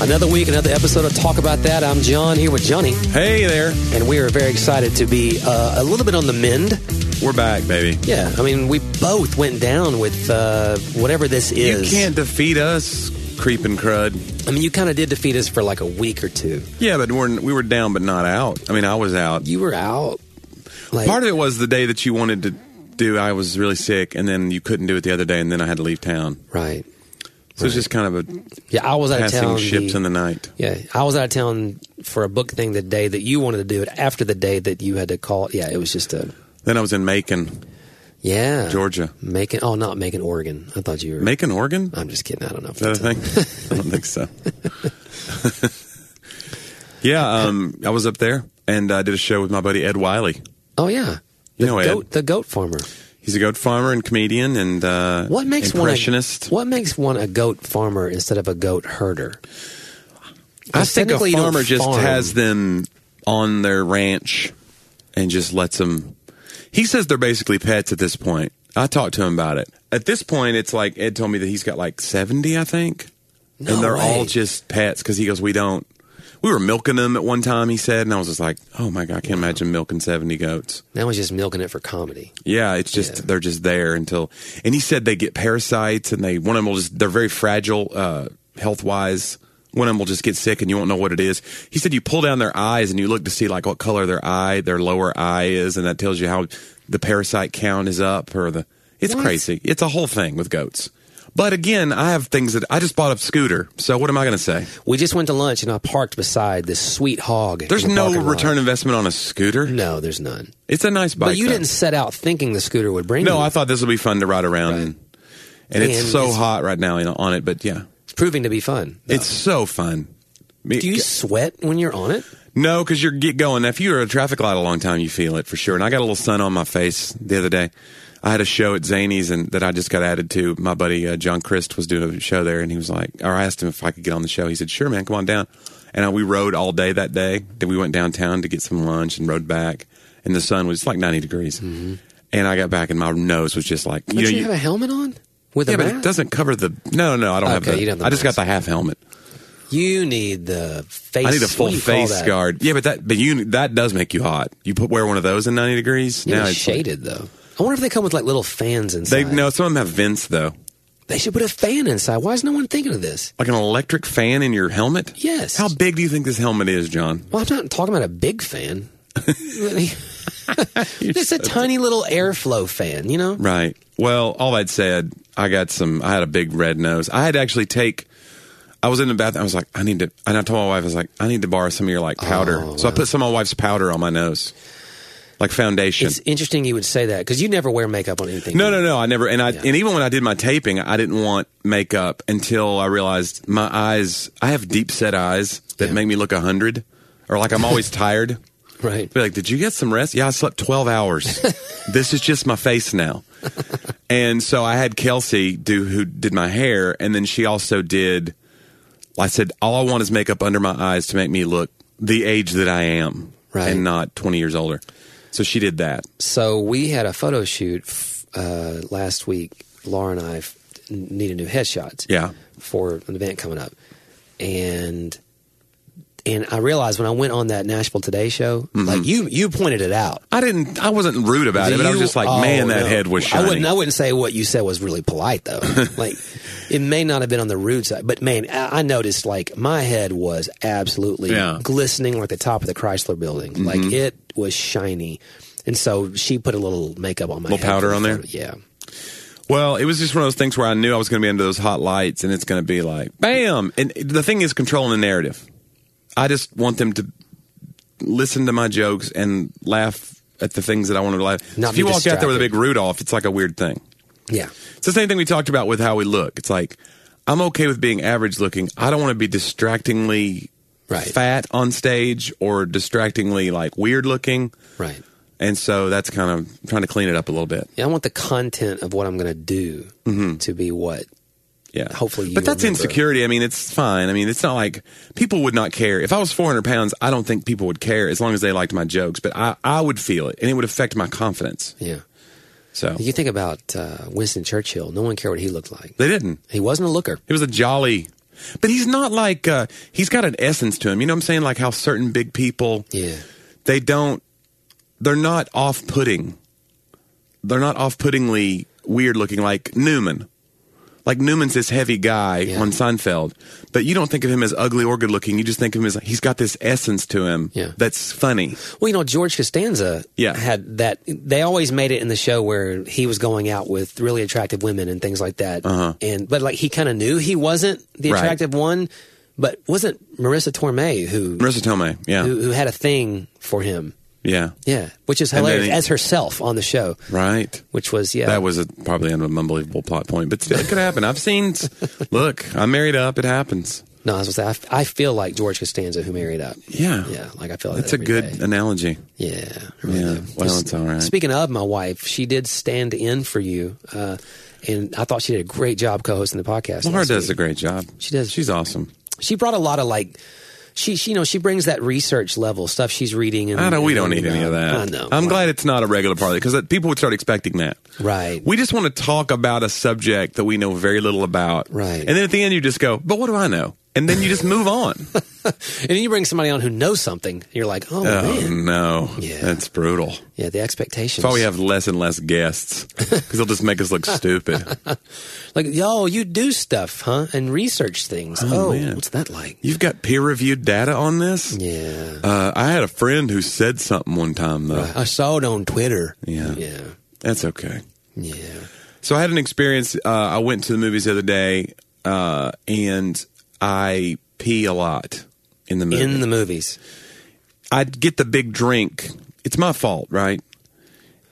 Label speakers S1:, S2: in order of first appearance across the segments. S1: Another week, another episode of Talk About That. I'm John here with Johnny,
S2: Hey there.
S1: and we are very excited to be uh, a little bit on the mend.
S2: We're back, baby.
S1: Yeah, I mean, we both went down with uh, whatever this
S2: You
S1: is.
S2: can't defeat us, creeping crud.
S1: I mean, you kind of did defeat us for like a week or two.
S2: Yeah, but we're, we were down, but not out. I mean, I was out.
S1: You were out. Like,
S2: Part of it was the day that you wanted to do. I was really sick, and then you couldn't do it the other day, and then I had to leave town.
S1: right.
S2: So it's just kind of a
S1: Yeah, I was out of
S2: passing
S1: town.
S2: ships
S1: the-
S2: in the night.
S1: yeah, I was out of town for a book thing the day that you wanted to do it after the day that you had to call. Yeah, it was just a
S2: Then I was in Macon,
S1: yeah.
S2: Georgia.
S1: Macon. Oh, not Macon, Oregon. I thought you were.
S2: Macon, Oregon?
S1: I'm just kidding. I don't know. If
S2: Is that a
S1: that's-
S2: thing? I don't think so. yeah, um, I was up there, and I did a show with my buddy Ed Wiley.
S1: oh yeah,
S2: You know Ed.
S1: goat, the goat farmer.
S2: He's a goat farmer and comedian and uh,
S1: What makes one a,
S2: impressionist.
S1: what makes one a goat farmer instead of a goat herder?
S2: I think
S1: Technically,
S2: a
S1: you don't
S2: farmer just
S1: farm.
S2: has them on their ranch and just lets them. He says they're basically pets at this point. I talked to him about it. At this point, it's like Ed told me that he's got like 70, I think.
S1: No
S2: and they're all
S1: way.
S2: just pets because he goes, We don't. We were milking them at one time, he said. And I was just like, Oh my God, I can't imagine milking 70 goats.
S1: Now he's just milking it for comedy.
S2: Yeah, it's just
S1: Yeah.
S2: they're just there until. And he said they get parasites, and they one of them will just they're very fragile uh, health wise. One of them will just get sick, and you won't know what it is. He said you pull down their eyes and you look to see like what color their eye, their lower eye is, and that tells you how the parasite count is up or the. It's
S1: What?
S2: crazy. It's a whole thing with goats. But again, I have things that I just bought a scooter. So what am I going to say?
S1: We just went to lunch and I parked beside this sweet hog. in
S2: There's
S1: the
S2: no
S1: parking lot.
S2: return investment on a scooter.
S1: No, there's none.
S2: It's a nice bike.
S1: But you
S2: though.
S1: didn't set out thinking the scooter would bring.
S2: No,
S1: you.
S2: I thought this would be fun to ride around, and, it's
S1: And
S2: so
S1: it's-
S2: hot right now you know, on it. But yeah,
S1: it's proving to be fun.
S2: it's so fun. Me-
S1: Do you sweat when you're on it?
S2: no, because you're get going. If you were at a traffic light a long time, you feel it for sure. And I got a little sun on my face the other day. I had a show at Zany's and that I just got added to. My buddy uh, John Christ was doing a show there, and he was like, or I asked him if I could get on the show. He said, "Sure, man, come on down." And uh we rode all day that day. Then we went downtown to get some lunch and rode back. And the sun was like 90 degrees. And I got back, and my nose was just like,
S1: Don't Mm-hmm. you, have a helmet on with
S2: Yeah,
S1: a
S2: but
S1: mask?
S2: it doesn't cover the. No, no, I don't have
S1: Okay,
S2: the.
S1: you don't have the
S2: I just
S1: mask.
S2: got the half helmet.
S1: You need the face.
S2: I need a
S1: what
S2: full
S1: do you call
S2: face
S1: that?
S2: guard. Yeah, but that but you that does make you hot. You put wear one of those in ninety degrees.
S1: Yeah,
S2: now
S1: it's
S2: it's
S1: shaded though. I wonder if they come with like little fans
S2: They
S1: inside.
S2: no. Some of them have vents though,
S1: They should put a fan inside. Why is no one thinking of this?
S2: like an electric fan in your helmet.
S1: Yes.
S2: How big do you think this helmet is, John?
S1: Well, I'm not talking about a big fan. it's a tiny little airflow fan, you know?
S2: Right. Well, all that said, I got some. I had a big red nose. I had to actually take. I was in the bathroom. I was like, I need to. And I told my wife, I was like, I need to borrow some of your like powder.
S1: Oh,
S2: so I put some of my wife's powder on my nose, like foundation.
S1: It's interesting you would say that because you never wear makeup on anything.
S2: No, no, no. I never. And I and even when I did my taping, I didn't want makeup until I realized my eyes. I have deep set eyes that
S1: Yeah.
S2: make me look hundred, or like I'm always tired.
S1: Right.
S2: Be like, did you get some rest? Yeah, I slept twelve hours. this is just my face now. and so I had Kelsey do who did my hair, and then she also did. I said, all I want is makeup under my eyes to make me look the age that I am,
S1: Right.
S2: and not twenty years older. So she did that.
S1: So we had a photo shoot f- uh, last week. Laura and I f- needed new headshots.
S2: Yeah.
S1: For an event coming up, and and I realized when I went on that Nashville Today show, like
S2: Mm-hmm.
S1: you you pointed it out.
S2: I didn't. I wasn't rude about it, but I was
S1: You-
S2: just like,
S1: oh,
S2: man, that
S1: no.
S2: head was
S1: I
S2: shiny.
S1: wouldn't. I wouldn't say what you said was really polite though. like, it may not have been on the rude side, but man, I, I noticed like my head was absolutely
S2: Yeah. Mm-hmm.
S1: glistening like the top of the Chrysler Building. Like it was shiny, and so she put a little makeup on my
S2: Little
S1: head
S2: powder
S1: for the
S2: on there?
S1: photo. Yeah,
S2: well, it was just one of those things where I knew I was going to be under those hot lights, and it's going to be like, bam. And the thing is, controlling the narrative. I just want them to listen to my jokes and laugh at the things that I want them to laugh.
S1: Not
S2: if you
S1: be
S2: walk out there with a
S1: distracted.
S2: big Rudolph, it's like a weird thing.
S1: yeah.
S2: It's the same thing we talked about with how we look. It's like I'm okay with being average looking. I don't want to be distractingly
S1: Right.
S2: fat on stage or distractingly like weird looking.
S1: Right.
S2: And so that's kind of trying to clean it up a little bit.
S1: Yeah, I want the content of what I'm going to do
S2: Mm-hmm.
S1: to be what.
S2: Yeah.
S1: Hopefully you
S2: But that's
S1: remember.
S2: insecurity. I mean, it's fine. I mean, it's not like people would not care. If I was 400 pounds, I don't think people would care as long as they liked my jokes. But I, I would feel it and it would affect my confidence.
S1: Yeah.
S2: So
S1: You think about uh, Winston Churchill. No one cared what he looked like.
S2: they didn't.
S1: He wasn't a looker.
S2: He was a jolly. But he's not like uh, he's got an essence to him. You know what I'm saying? Like how certain big people
S1: Yeah.
S2: they don't they're not off-putting. They're not off-puttingly weird looking like Newman. Like Newman's this heavy guy
S1: Yeah.
S2: on Seinfeld, but you don't think of him as ugly or good looking. You just think of him as he's got this essence to him
S1: Yeah.
S2: that's funny.
S1: Well, you know, George Costanza
S2: Yeah.
S1: had that. They always made it in the show where he was going out with really attractive women and things like that.
S2: Uh-huh.
S1: And but like he kind of knew he wasn't the
S2: Right.
S1: attractive one, but wasn't Marissa Torme who,
S2: Marissa Tomei, yeah,
S1: who who had a thing for him?
S2: yeah,
S1: Yeah, which is
S2: And then
S1: hilarious
S2: he-
S1: as herself on the show,
S2: right.
S1: which was yeah.
S2: That was a, probably an unbelievable plot point, but still, it could happen. I've seen. Look, I'm married up. It happens.
S1: no, I was gonna say I, I feel like George Costanza who married up.
S2: Yeah,
S1: Yeah, like I feel like
S2: That's
S1: that
S2: a
S1: every
S2: good
S1: day.
S2: analogy.
S1: Yeah, I really
S2: Yeah,
S1: do.
S2: well, it's all right.
S1: Speaking of my wife, she did stand in for you, uh, and I thought she did a great job co-hosting the podcast.
S2: Laura
S1: last
S2: does
S1: week.
S2: a great job.
S1: She does.
S2: She's awesome.
S1: She brought a lot of like. She, she, you know, she brings that research level stuff she's reading. And,
S2: I don't. We don't
S1: and,
S2: need any
S1: uh,
S2: of that.
S1: I know.
S2: I'm
S1: Like,
S2: glad it's not a regular part because people would start expecting that.
S1: Right.
S2: We just want to talk about a subject that we know very little about.
S1: Right.
S2: And then at the end, you just go, "But what do I know?" And then you just move on.
S1: and then you bring somebody on who knows something, and you're like, oh,
S2: oh
S1: man,
S2: no,
S1: Yeah.
S2: that's brutal.
S1: yeah, the expectations.
S2: That's why we have less and less guests because they'll just make us look stupid.
S1: Like, yo, you do stuff, huh? And research things. Oh,
S2: man.
S1: what's that like?
S2: You've got peer reviewed data on this?
S1: Yeah,
S2: Uh, I had a friend who said something one time, though.
S1: I saw it on Twitter.
S2: Yeah.
S1: yeah,
S2: That's okay.
S1: yeah.
S2: So I had an experience. Uh, I went to the movies the other day, uh, and I pee a lot in the movie.
S1: In the movies,
S2: I get the big drink. It's my fault, right?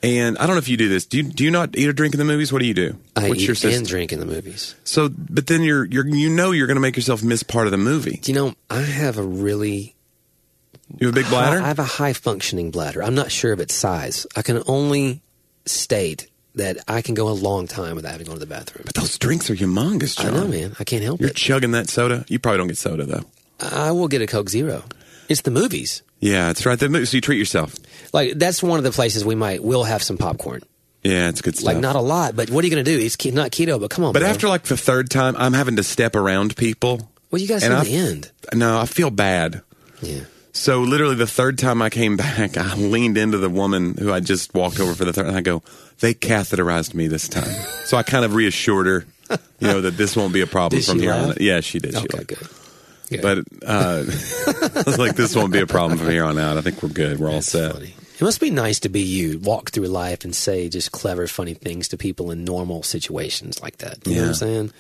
S2: And I don't know if you do this. Do you, do you not eat or drink in the movies? What do you do?
S1: I
S2: What's
S1: eat
S2: your system?
S1: and drink in the movies.
S2: So, but then you're you're you know you're going to make yourself miss part of the movie.
S1: Do you know, I have a really
S2: You have a big bladder.
S1: I have a high functioning bladder. I'm not sure of its size. I can only state that I can go a long time without having to go to the bathroom.
S2: but those drinks are humongous,
S1: I
S2: John.
S1: know, man. I can't help
S2: You're
S1: it.
S2: chugging that soda. You probably don't get soda though.
S1: I will get a Coke Zero. It's the movies.
S2: Yeah, it's right. The movie. So you treat yourself.
S1: Like that's one of the places we might we'll have some popcorn.
S2: Yeah, it's good stuff.
S1: Like not a lot, but what are you going to do? It's ke- not keto, but come on.
S2: but
S1: bro.
S2: after like the third time, I'm having to step around people.
S1: well, you guys
S2: and
S1: in
S2: I-
S1: the end.
S2: No, I feel bad.
S1: Yeah.
S2: So literally the third time I came back, I leaned into the woman who I just walked over for the third, and I go, "They catheterized me this time." so I kind of reassured her, you know, that this won't be a problem
S1: Did
S2: from
S1: she
S2: here on.
S1: laugh?
S2: out. Yeah, she did. she
S1: Okay.
S2: laughed.
S1: Good. good.
S2: But uh, I was like, "This won't be a problem from here on out. I think we're good. We're all set."
S1: Funny. It must be nice to be you, walk through life and say just clever, funny things to people in normal situations like that. You know what I'm
S2: Yeah.
S1: saying?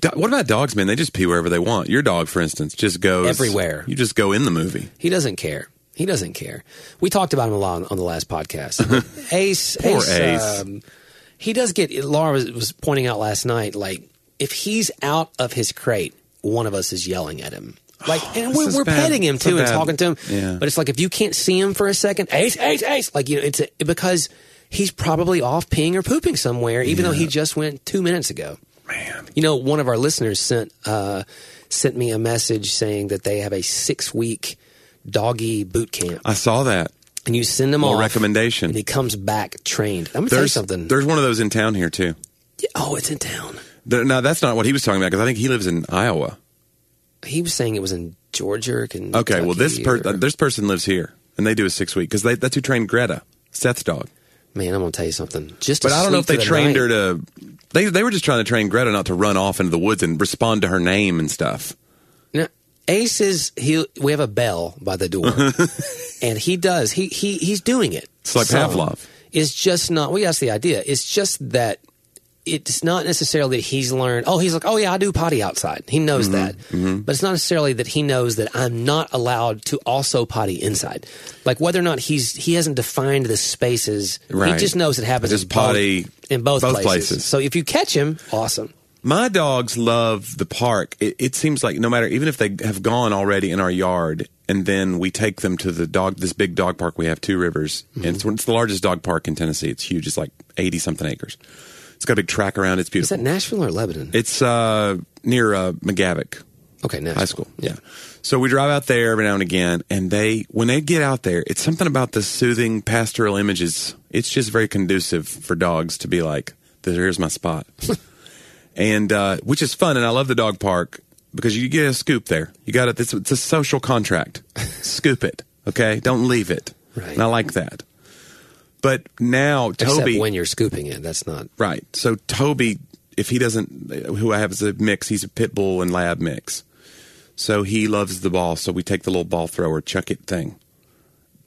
S2: Do- what about dogs, man? They just pee wherever they want. Your dog, for instance, just goes
S1: Everywhere.
S2: You just go in the movie.
S1: He doesn't care. He doesn't care. We talked about him a lot on, on the last podcast. Ace,
S2: Poor
S1: Ace,
S2: Ace.
S1: Um, he does get. Laura was, was pointing out last night, like if he's out of his crate, one of us is yelling at him. Like, and
S2: this
S1: we're,
S2: is
S1: we're
S2: bad.
S1: petting him
S2: So
S1: too and
S2: bad.
S1: talking to him.
S2: Yeah.
S1: But it's like if you can't see him for a second, Ace, Ace, Ace. Like you know, it's a, because he's probably off peeing or pooping somewhere, even though he just went two minutes ago.
S2: Man,
S1: You know, one of our listeners sent uh, sent me a message saying that they have a six week doggy boot camp,
S2: I saw that.
S1: and you send them
S2: Well,
S1: off,
S2: recommendation.
S1: and he comes back trained. I'm gonna tell you
S2: There's
S1: something.
S2: There's one of those in town here too.
S1: Yeah, Oh, it's in town.
S2: There, now that's not what he was talking about because I think he lives in Iowa.
S1: He was saying it was in Georgia. Or Kentucky
S2: Okay, well this per-
S1: or-
S2: uh, this person lives here and they do a six week because that's who trained Greta, Seth's dog.
S1: man, I'm gonna tell you something. Just to
S2: But I don't know if
S1: sleep
S2: they
S1: through the
S2: trained
S1: night-
S2: her to. They they were just trying to train Greta not to run off into the woods and respond to her name and stuff.
S1: Now, Ace is he. We have a bell by the door, and he does. He he he's doing it.
S2: It's like
S1: Some.
S2: Pavlov.
S1: It's just not. Well, that's the idea. It's just that it's not necessarily that he's learned. Oh, he's like, oh yeah, I do potty outside. He knows
S2: Mm-hmm.
S1: that, but it's not necessarily that he knows that I'm not allowed to also potty inside. Like whether or not he's he hasn't defined the spaces. He
S2: Right.
S1: just knows it happens.
S2: Just
S1: in both-
S2: potty
S1: in both,
S2: both
S1: places.
S2: places.
S1: So if you catch him, awesome.
S2: My dogs love the park. It, it seems like no matter even if they have gone already in our yard, and then we take them to the dog this big dog park we have two rivers,
S1: Mm-hmm.
S2: and it's, it's the largest dog park in Tennessee. It's huge. It's like eighty something acres. It's got a big track around. It's
S1: Is that
S2: beautiful.
S1: Nashville or Lebanon?
S2: it's uh, near uh, McGavick
S1: okay, Nashville.
S2: High School. Yeah. So we drive out there every now and again, and they when they get out there, it's something about the soothing pastoral images. It's just very conducive for dogs to be like, "Here's my spot." and uh, which is fun. And I love the dog park, because you get a scoop there. You got it. It's, it's a social contract. scoop it. Okay. Don't leave it.
S1: Right.
S2: And I like that. But now Toby,
S1: Except when you're scooping it, that's not
S2: right? So Toby, if he doesn't, who I have as a mix, he's a pit bull and lab mix. So he loves the ball. So we take the little ball thrower, chuck it thing.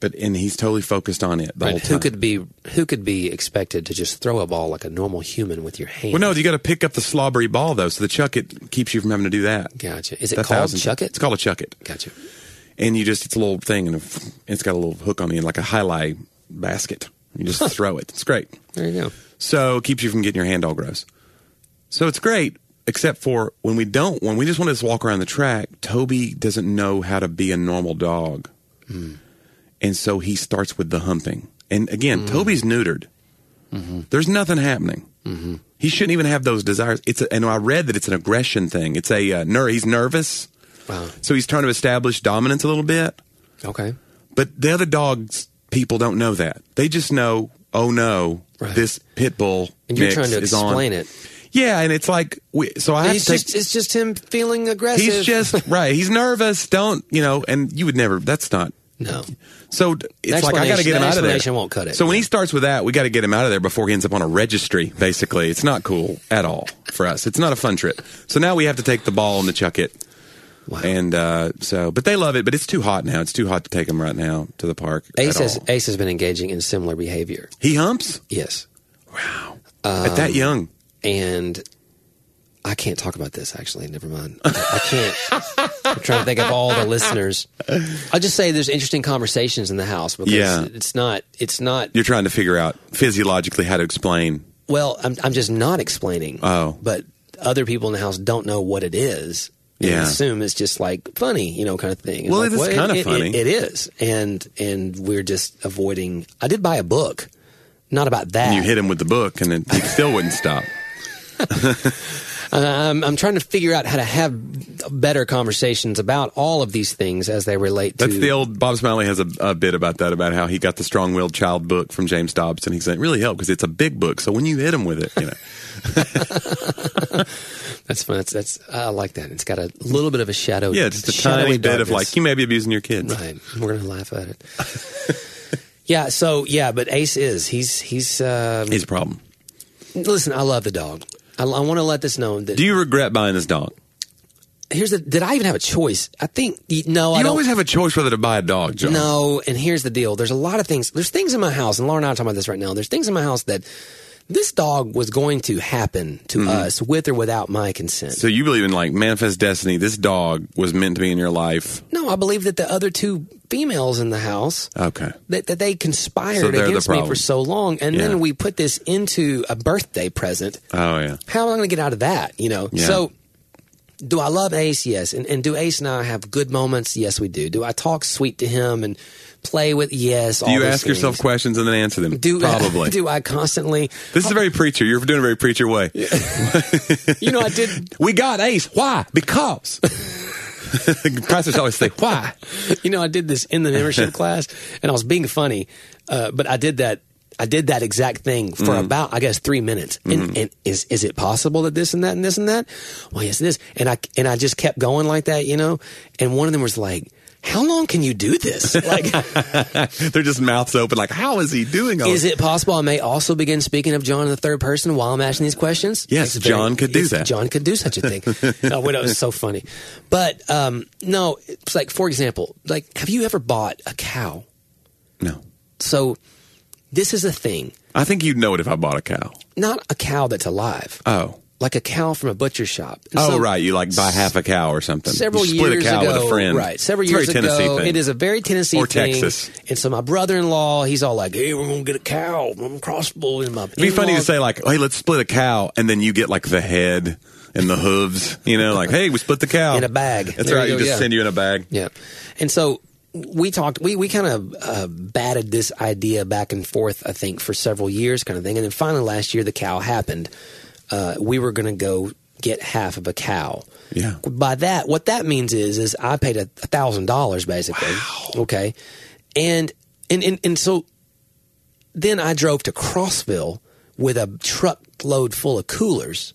S2: But and he's totally focused on it the whole
S1: right.
S2: time.
S1: Who could be who could be expected to just throw a ball like a normal human with your hand?
S2: well, no, you got to pick up the slobbery ball though. So the chuck it keeps you from having to do that.
S1: Gotcha. Is it
S2: That
S1: called
S2: thousand-
S1: chuck it?
S2: It's called a chuck it.
S1: Gotcha.
S2: and you just it's a little thing and it's got a little hook on the end like a highlight basket you just throw it it's great
S1: There you go.
S2: so it keeps you from getting your hand all gross so it's great except for when we don't when we just want to just walk around the track toby doesn't know how to be a normal dog and so he starts with the humping and again toby's neutered there's nothing happening he shouldn't even have those desires it's a, and i read that it's an aggression thing it's a uh, ner- he's nervous
S1: Wow.
S2: so he's trying to establish dominance a little bit
S1: Okay.
S2: but the other dogs people don't know that. They just know, oh no,
S1: Right.
S2: this pit bull.
S1: And you're
S2: mix
S1: trying to
S2: is on.
S1: explain it.
S2: Yeah, and it's like we, so I have
S1: It's
S2: to take,
S1: just it's just him feeling aggressive.
S2: he's just right. He's nervous. Don't you know? And you would never. That's not.
S1: no.
S2: So d- it's like I got
S1: explanation-
S2: to get him
S1: that
S2: out of there.
S1: explanation won't cut it.
S2: So when he starts with that, we got to get him out of there before he ends up on a registry. Basically, it's not cool at all for us. It's not a fun trip. So now we have to take the ball and the chuck it.
S1: Wow.
S2: And uh, so, but they love it. But it's too hot now. It's too hot to take them right now to the park.
S1: Ace
S2: at
S1: has
S2: all.
S1: Ace has been engaging in similar behavior.
S2: He humps.
S1: Yes.
S2: Wow. At
S1: Um,
S2: that young.
S1: and I can't talk about this. Actually, never mind. I, I can't. I'm trying to think of all the listeners. I'll just say there's interesting conversations in the house because
S2: Yeah.
S1: it's not. It's not.
S2: You're trying to figure out physiologically how to explain.
S1: Well, I'm, I'm just not explaining.
S2: Oh.
S1: but other people in the house don't know what it is. and
S2: Yeah.
S1: assume it's just like funny, you know, kind of thing.
S2: Well,
S1: like,
S2: it is
S1: well,
S2: kinda
S1: it- it-
S2: funny.
S1: it is, and and we're just avoiding. I did buy a book, not about that.
S2: And you hit him with the book, and then he still wouldn't stop.
S1: I'm, I'm trying to figure out how to have better conversations about all of these things as they relate to.
S2: That's the old Bob Smiley has a, a bit about that, about how he got the strong willed child book from James Dobbs, and he said it really helped because it's a big book. So when you hit him with it, you know,
S1: that's fun. That's, that's I like that. It's got a little bit of a shadow.
S2: yeah, just a
S1: shadowy
S2: tiny bit of
S1: darkness.
S2: like you may be abusing your kids.
S1: Right. We're gonna laugh at it. yeah. So yeah, but Ace is he's he's. Um,
S2: He's a problem.
S1: listen, I love the dog. I, I want to let this known that
S2: Do you regret buying this dog?
S1: here's the. Did I even have a choice? I think no. I
S2: You
S1: don't.
S2: always have a choice whether to buy a dog, John.
S1: No, and here's the deal. There's a lot of things. There's things in my house, and Laura and I are talking about this right now. There's things in my house that this dog was going to happen to us with or without my consent.
S2: Mm-hmm. So you believe in like manifest destiny. This dog was meant to be in your life.
S1: no, I believe that the other two females in the house
S2: Okay.
S1: that, that they conspired
S2: So they're the
S1: against me for
S2: problem.
S1: so long, and
S2: Yeah.
S1: then we put this into a birthday present.
S2: Oh yeah.
S1: How am I going to get out of that? You know.
S2: Yeah.
S1: So, do I love Ace? Yes. And, and do Ace and I have good moments? Yes, we do. Do I talk sweet to him and play with? Yes.
S2: Do you ask yourself questions and then answer them?
S1: Do
S2: Probably.
S1: do I constantly?
S2: This is very preacher. You're doing a very preacher way.
S1: You know, I did.
S2: We got Ace. Why? Because. Pastors always say, why?
S1: You know, I did this in the membership class, and I was being funny, uh, but I did that. I did that exact thing for
S2: Mm-hmm.
S1: about, I guess, three minutes. And, and is is it possible that this and that and this and that? Well, yes, it is. And I and I just kept going like that, you know. And one of them was like, "How long can you do this? Like,
S2: They're just mouths open, like, how is he doing all
S1: is it possible I may also begin speaking of John in the third person while I'm asking these questions?
S2: Yes,
S1: It's very-
S2: John could do
S1: it's-
S2: that.
S1: John could do such a thing. no, wait, that was so funny. But um, no, it's like for example, like have you ever bought a cow?
S2: No.
S1: So this is a thing,
S2: I think you'd know it if I bought a cow.
S1: not a cow that's alive,
S2: Oh.
S1: like a cow from a butcher shop. And
S2: Oh,
S1: so
S2: right. You like buy half a cow or something.
S1: Several
S2: you split
S1: years
S2: a cow
S1: ago,
S2: with a friend.
S1: right? Several
S2: It's a
S1: years
S2: very Tennessee
S1: ago,
S2: thing.
S1: it is a very Tennessee
S2: Or
S1: thing.
S2: Texas.
S1: And so my brother-in-law, he's all like, "Hey, we're gonna get a cow. I'm gonna crossbow in my." It'd
S2: It'd be funny to say, like, hey, let's split a cow, and then you get like the head and the hooves, you know, like, hey, we split the cow.
S1: In a bag.
S2: That's
S1: There
S2: right.
S1: you
S2: You,
S1: go,
S2: just
S1: yeah.
S2: send you in a bag.
S1: Yeah. And so we talked, we, we kind of uh, batted this idea back and forth, I think, for several years, kind of thing. And then finally last year, the cow happened. Uh, we were going to go get half of a cow.
S2: Yeah.
S1: By that, what that means is, is I paid a thousand dollars basically. Okay. And, and, and, and so then I drove to Crossville with a truckload full of coolers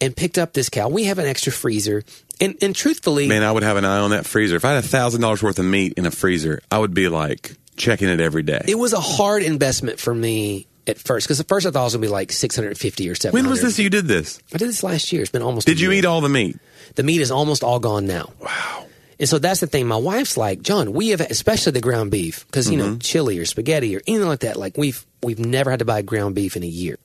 S1: and picked up this cow. We have an extra freezer. And, and truthfully,
S2: Man, I would have an eye on that freezer. If I had a thousand dollars worth of meat in a freezer, I would be like checking it every day.
S1: it was a hard investment for me at first because at first I thought it was going to be like 650 or 700.
S2: when was this you did this?
S1: I did this last year. It's been almost.
S2: Did you eat all the meat?
S1: The meat is almost all gone now.
S2: Wow.
S1: And so that's the thing. My wife's like, John, we have, especially the ground beef, because you
S2: Mm-hmm.
S1: know, chili or spaghetti or anything like that. Like we've we've never had to buy ground beef in a year.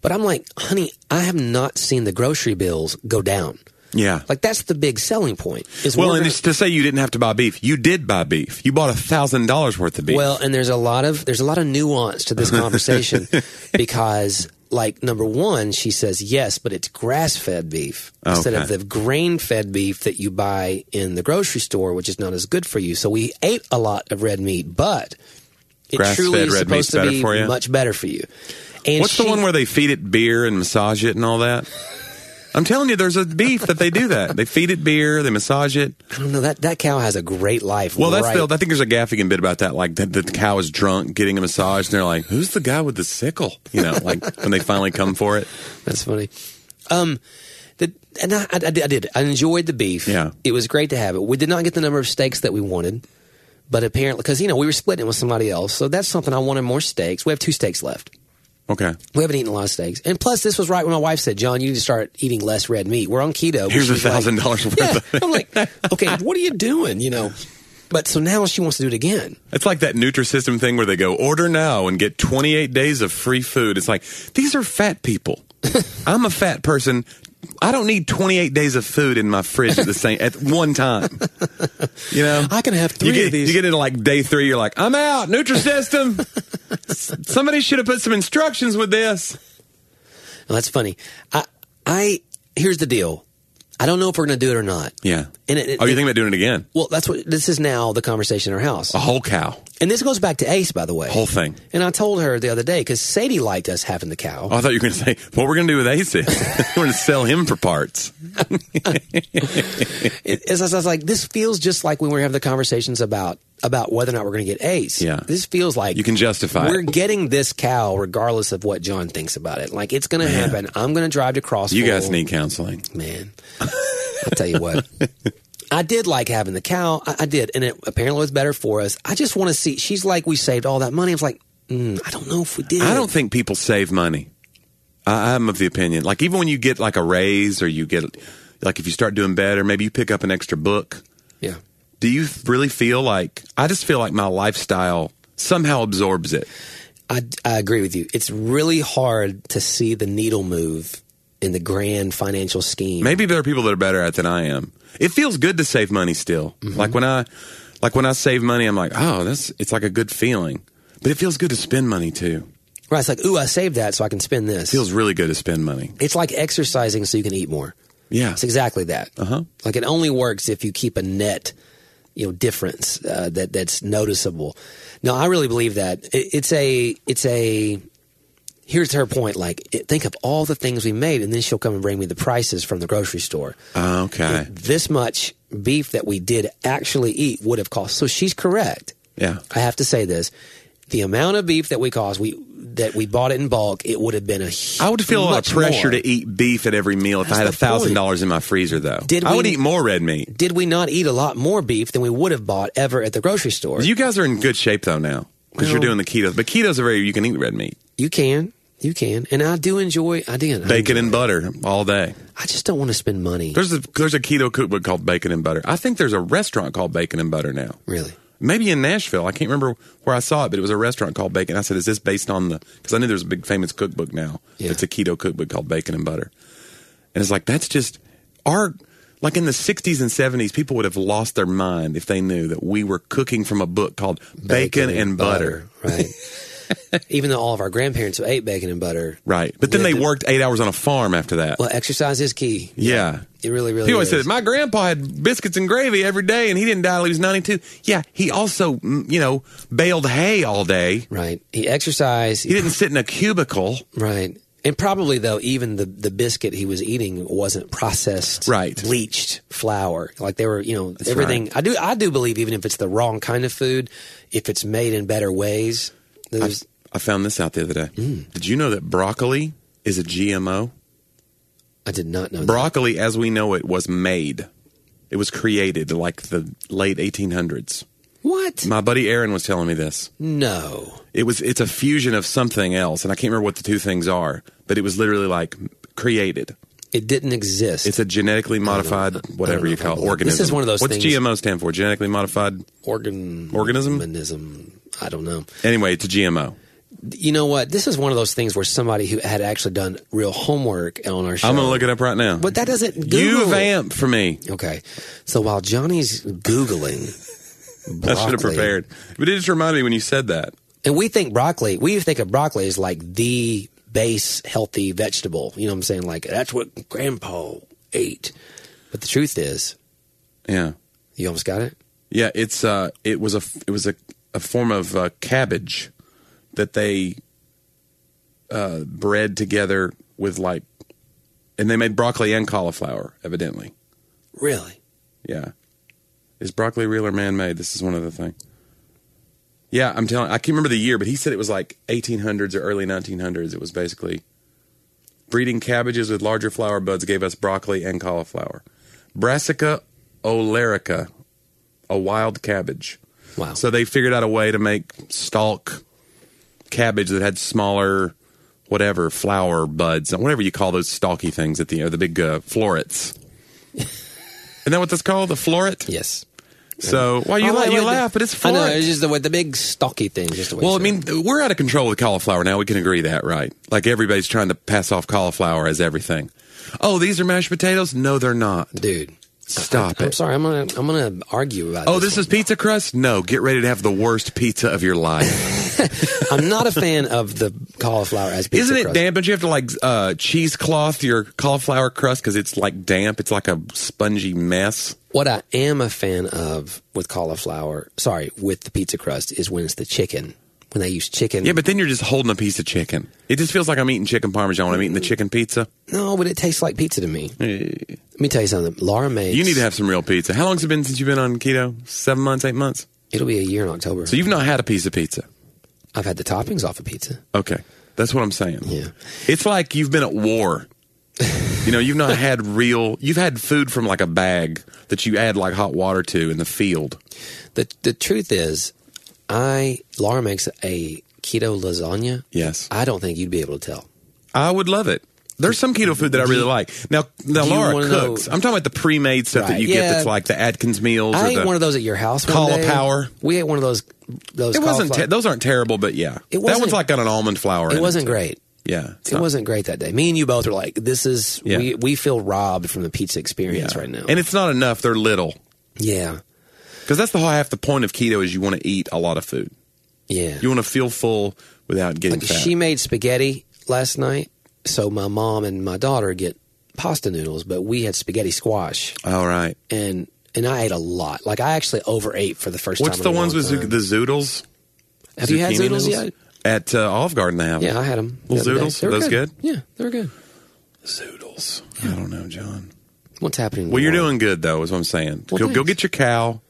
S1: But I'm like, honey, I have not seen the grocery bills go down.
S2: Yeah.
S1: Like that's the big selling point. Is
S2: well,
S1: we're
S2: and
S1: gonna-
S2: it's to say you didn't have to buy beef. You did buy beef. You bought a thousand dollars worth of beef.
S1: Well, and there's a lot of there's a lot of nuance to this conversation because like number one, she says yes, but it's grass fed beef instead of
S2: Okay.
S1: the grain fed beef that you buy in the grocery store, which is not as good for you. So we ate a lot of red meat, but it
S2: Grass-fed
S1: truly is
S2: red meat's
S1: supposed to
S2: better
S1: be
S2: for you?
S1: much better for you. And
S2: What's the
S1: she-
S2: one where they feed it beer and massage it and all that? I'm telling you, there's a beef that they do that. They feed it beer, they massage it.
S1: I don't know that that cow has a great life.
S2: Well, that's
S1: right.
S2: the. I think there's a Gaffigan bit about that. Like that the cow is drunk, getting a massage, and they're like, "Who's the guy with the sickle?" You know, like when they finally come for it.
S1: That's funny. Um, the, and I, I, I did- I did. I enjoyed the beef.
S2: Yeah.
S1: It was great to have it. We did not get the number of steaks that we wanted, but apparently, because, you know, we were splitting it with somebody else. So that's something I wanted more steaks. We have two steaks left.
S2: Okay.
S1: We haven't eaten a lot of steaks. And plus, this was right when my wife said, John, you need to start eating less red meat. We're on keto. but
S2: Here's a
S1: she's like-
S2: thousand dollars worth.
S1: Yeah.
S2: of
S1: I'm like, okay, what are you doing? You know, but so now she wants to do it again.
S2: It's like that Nutrisystem thing where they go order now and get 28 days of free food. It's like these are fat people. I'm a fat person. I don't need 28 days of food in my fridge at the same at one time. You know,
S1: I can have three
S2: you get,
S1: of these.
S2: You get into like day three, you're like, I'm out. Nutrisystem. S- Somebody should have put some instructions with this.
S1: Now, that's funny. I, I, here's the deal. I don't know if we're going to do it or not.
S2: Yeah.
S1: And it- it-
S2: oh, you think about doing it again?
S1: Well, that's what this is now the conversation in our house.
S2: A whole cow,
S1: And this goes back to Ace, by the way.
S2: whole thing.
S1: And I told her the other day because Sadie liked us having the cow.
S2: Oh, I thought you were going to say what we're going to do with Ace is we're going to sell him for parts.
S1: It- it's- I was like, this feels just like when we were having the conversations about about whether or not we're going to get Ace.
S2: Yeah.
S1: This feels like
S2: You can justify.
S1: we're
S2: it.
S1: getting this cow regardless of what John thinks about it. Like it's going to happen. I'm going to drive to Crossville.
S2: You guys need counseling.
S1: man. I tell you what. I did like having the cow. I, I did, and it apparently was better for us. I just want to see. She's like, we saved all that money. I was like, mm, I don't know if we did.
S2: I don't think people save money. I, I'm of the opinion, like even when you get like a raise or you get, like if you start doing better, maybe you pick up an extra book.
S1: Yeah.
S2: Do you really feel like? I just feel like my lifestyle somehow absorbs it.
S1: I, I agree with you. It's really hard to see the needle move in the grand financial scheme.
S2: Maybe there are people that are better at it than I am. It feels good to save money still. Like when I, like when I save money, I'm like, oh, that's it's like a good feeling. But it feels good to spend money too.
S1: Right? It's like, ooh, I saved that so I can spend this.
S2: feels really good to spend money.
S1: it's like exercising so you can eat more.
S2: Yeah.
S1: It's exactly that.
S2: Uh huh.
S1: Like it only works if you keep a net, you know, difference uh, that that's noticeable. No, I really believe that it, it's a it's a. Here's her point. Like, it, think of all the things we made, and then she'll come and bring me the prices from the grocery store.
S2: Okay.
S1: this much beef that we did actually eat would have cost. So she's correct.
S2: Yeah.
S1: I have to say this: the amount of beef that we cost, we that we bought it in bulk, it would have been a. hu-
S2: I would feel a lot
S1: much
S2: of pressure
S1: more.
S2: to eat beef at every meal if I had a
S1: That's the point.
S2: thousand dollars in my freezer, though.
S1: Did
S2: I
S1: we-
S2: would eat more red meat.
S1: Did we not eat a lot more beef than we would have bought ever at the grocery store?
S2: You guys are in good shape though now because you're
S1: Well-
S2: doing the keto. But keto's a very you can eat red meat,
S1: You can, you can, and I do enjoy. I did. I,
S2: bacon and butter all day.
S1: I just don't want to spend money.
S2: There's a there's a keto cookbook called Bacon and Butter. I think there's a restaurant called Bacon and Butter now.
S1: Really,
S2: Maybe in Nashville. I can't remember where I saw it, but it was a restaurant called Bacon. I said, "Is this based on the?" Because I knew there's a big famous cookbook now.
S1: Yeah.
S2: It's a keto cookbook called Bacon and Butter, and it's like that's just our like in the 60s and 70s, people would have lost their mind if they knew that we were cooking from a book called Bacon, and Butter.
S1: right? Even though all of our grandparents ate bacon and butter,
S2: Right, but then
S1: With
S2: they
S1: the-
S2: worked eight hours on a farm after that.
S1: Well, exercise is key.
S2: yeah.
S1: It really, really.
S2: He always
S1: is.
S2: said, "My grandpa had biscuits and gravy every day, and he didn't die till he was 92." Yeah, he also, mm, you know, baled hay all day.
S1: Right. He exercised.
S2: He didn't sit in a cubicle.
S1: Right. And probably though, even the, the biscuit he was eating wasn't processed,
S2: Right.
S1: Bleached flour, like they were, you know, everything. I do, I do believe even if it's the wrong kind of food, if it's made in better ways, there's, Mm.
S2: I found this out the other day. Did you know that broccoli is a GMO?
S1: I did not know. that.
S2: Broccoli, as we know it, was made. It was created like the late 1800s.
S1: What?
S2: My buddy Aaron was telling me this.
S1: No.
S2: It was it's a fusion of something else, and I can't remember what the two things are, but it was literally like created.
S1: It didn't exist.
S2: It's a genetically modified whatever
S1: know
S2: you
S1: if I
S2: call it,
S1: believe-
S2: organism.
S1: This is one of those
S2: What's
S1: things-
S2: GMO stand for? Genetically modified.
S1: organ
S2: Organism?
S1: organism. I don't know.
S2: Anyway, it's a GMO.
S1: You know what? This is one of those things where somebody who had actually done real homework on our show.
S2: I'm gonna look it up right now.
S1: But that doesn't Google.
S2: you vamp for me.
S1: Okay. So while Johnny's Googling,
S2: I should have
S1: broccoli-
S2: prepared. But it just reminded me when you said that.
S1: And we think broccoli, we think of broccoli as like the base healthy vegetable. You know what I'm saying? Like, that's what grandpa ate. But the truth is,
S2: Yeah,
S1: you almost got it?
S2: yeah. It's uh, it was a it was a, a form of uh, cabbage that they uh, bred together with like, and they made broccoli and cauliflower. Evidently,
S1: Really?
S2: yeah. Is broccoli real or man made? This is one other thing. Yeah, I'm telling. I can't remember the year, but he said it was like 1800s or early 1900s. It was basically breeding cabbages with larger flower buds gave us broccoli and cauliflower. Brassica olerica, a wild cabbage.
S1: Wow.
S2: So they figured out a way to make stalk cabbage that had smaller, whatever flower buds, whatever you call those stalky things at the or the big uh, florets. Isn't that what that's called? The floret.
S1: yes.
S2: So why you,
S1: Oh,
S2: la-
S1: wait,
S2: you
S1: wait,
S2: laugh? But it's
S1: I
S2: floret.
S1: know. It's just the, way- the big stocky thing. Just the way
S2: well,
S1: you
S2: I
S1: said
S2: mean, we're out of control with cauliflower now. We can agree that, right? Like everybody's trying to pass off cauliflower as everything. Oh, these are mashed potatoes? No, they're not.
S1: it. dude.
S2: Stop
S1: I'm
S2: it.
S1: sorry. I'm gonna I'm gonna argue about.
S2: Oh, this is pizza crust? No, get ready to have the worst pizza of your life.
S1: is. I'm not a fan of the cauliflower as pizza
S2: Isn't it
S1: crust.
S2: damp? Don't you have to like uh, cheesecloth your cauliflower crust because it's like damp? It's like a spongy mess.
S1: What I am a fan of with cauliflower, sorry, with the pizza crust is when it's the chicken. When they use chicken.
S2: Yeah, but then you're just holding a piece of chicken. It just feels like I'm eating chicken parmesan when I'm eating the chicken pizza.
S1: no, but it tastes like pizza to me.
S2: Eh.
S1: Let me tell you something. Laura makes.
S2: You need to have some real pizza. How long's it been since you've been on keto? Seven months, eight months.
S1: It'll be a year in October.
S2: So you've not had a piece of pizza.
S1: I've had the toppings off of pizza.
S2: Okay, that's what I'm saying.
S1: Yeah.
S2: It's like you've been at war. you know, you've not had real. You've had food from like a bag that you add like hot water to in the field.
S1: The the truth is, I Laura makes a keto lasagna.
S2: Yes.
S1: I don't think you'd be able to tell.
S2: I would love it. There's some keto food that I really like. Now, now
S1: do you
S2: Laura
S1: wanna know-
S2: cooks. I'm talking about the pre-made stuff that
S1: Right,
S2: you
S1: yeah.
S2: get that's like the Atkins meals.
S1: I
S2: or
S1: ate
S2: the,
S1: one of those at your house. one day.
S2: Cauliflower.
S1: We ate one of those. Those.
S2: It wasn't.
S1: cauliflower-
S2: Te- those aren't terrible, but yeah,
S1: It
S2: that
S1: wasn't-
S2: one's like got an almond flour. in
S1: it wasn't great.
S2: Yeah, it's
S1: It
S2: not-
S1: wasn't great that day. Me and you both were like, "This is
S2: Oh. Yeah.
S1: we we feel robbed from the pizza
S2: yeah.
S1: experience right now."
S2: and it's not enough. They're little
S1: yeah,
S2: because that's the whole half the point of keto is you want to eat a lot of food.
S1: yeah.
S2: You want to feel full without getting fat.
S1: she made spaghetti last night, so my mom and my daughter get pasta noodles, but we had spaghetti squash,
S2: All right.
S1: and and I ate a lot. Like I actually overate for the first
S2: What's
S1: time.
S2: the
S1: in a
S2: ones
S1: long
S2: with
S1: time.
S2: the zoodles?
S1: Have you had
S2: Zucchini
S1: zoodles yet?
S2: At uh, Olive Garden, they have
S1: Yeah, I had them.
S2: Little zoodles? Are those good?
S1: Yeah, they were good.
S2: zoodles. I don't know, John.
S1: What's happening? in the
S2: Well, you're
S1: world?
S2: doing good though, is what I'm saying.
S1: Well,
S2: go, go
S1: thanks.
S2: get your cow.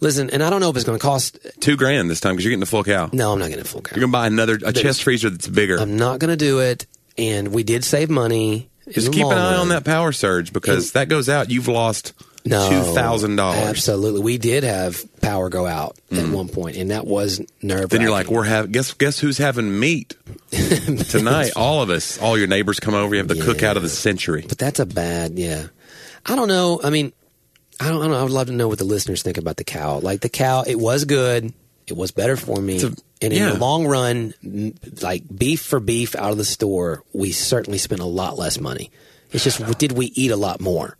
S1: Listen, and I don't know if it's going to cost.
S2: two grand this time because you're getting the full cow.
S1: No, I'm not getting a full count.
S2: You're gonna buy another a chest freezer that's bigger.
S1: I'm not going to do it. And we did save money. in
S2: Just
S1: the
S2: keep an
S1: long
S2: eye on
S1: run.
S2: that power surge because that goes out. You've lost
S1: No,
S2: two thousand dollars. Mm.
S1: Absolutely, we did have power go out at one point, and that was nerve.
S2: Then you're like, we're having guess guess who's having meat tonight? all of us, all your neighbors come over. You have the cookout of the century.
S1: but that's a bad. Yeah, I don't know. I mean, I don't, I don't know. I would love to know what the listeners think about the cow. Like the cow, it was good. It was better for me. and in
S2: yeah.
S1: the long run, m- like beef for beef out of the store, we certainly spent a lot less money. It's just, did we eat a lot more?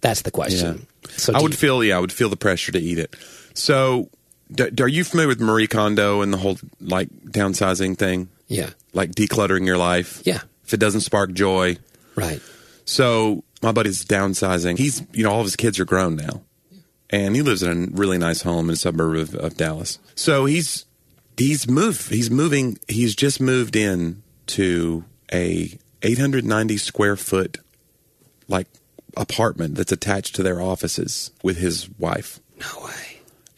S1: That's the question. So
S2: I
S1: do
S2: would
S1: you-
S2: feel yeah, I would feel the pressure to eat it. So, d- d- are you familiar with Marie Kondo and the whole like downsizing thing,
S1: yeah,
S2: like decluttering your life?
S1: Yeah.
S2: If it doesn't spark joy,
S1: right.
S2: So my buddy's downsizing. He's you know all of his kids are grown now, and he lives in a really nice home in a suburb of, of Dallas. So he's he's moved. He's moving. He's just moved in to a 890 square foot like apartment that's attached to their offices with his wife.
S1: No way.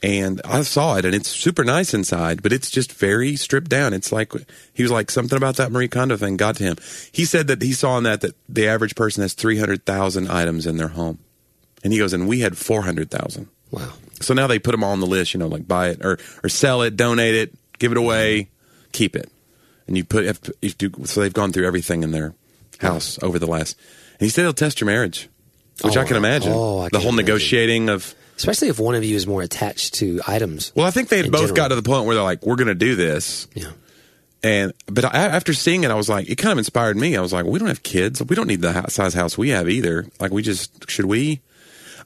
S2: and I saw it, and it's super nice inside, but it's just very stripped down. It's like he was like something about that Marie Kondo thing got to him. He said that he saw in that that the average person has three hundred thousand items in their home, and he goes, and we had four hundred thousand.
S1: Wow.
S2: So now they put them all on the list, you know, like buy it or or sell it, donate it, give it away, keep it, and you put if, if you, so they've gone through everything in their house over the last. And he said he'll test your marriage, which
S1: Oh,
S2: I can
S1: I-
S2: imagine.
S1: oh, I
S2: the
S1: can
S2: whole
S1: imagine.
S2: negotiating of.
S1: Especially if one of you is more attached to items.
S2: Well, I think they had
S1: In
S2: both
S1: general.
S2: got to the point where they're like, "We're going to do this,"
S1: Yeah.
S2: and but I, after seeing it, I was like, it kind of inspired me. I was like, we don't have kids, we don't need the ho- size house we have either. Like, we just should we?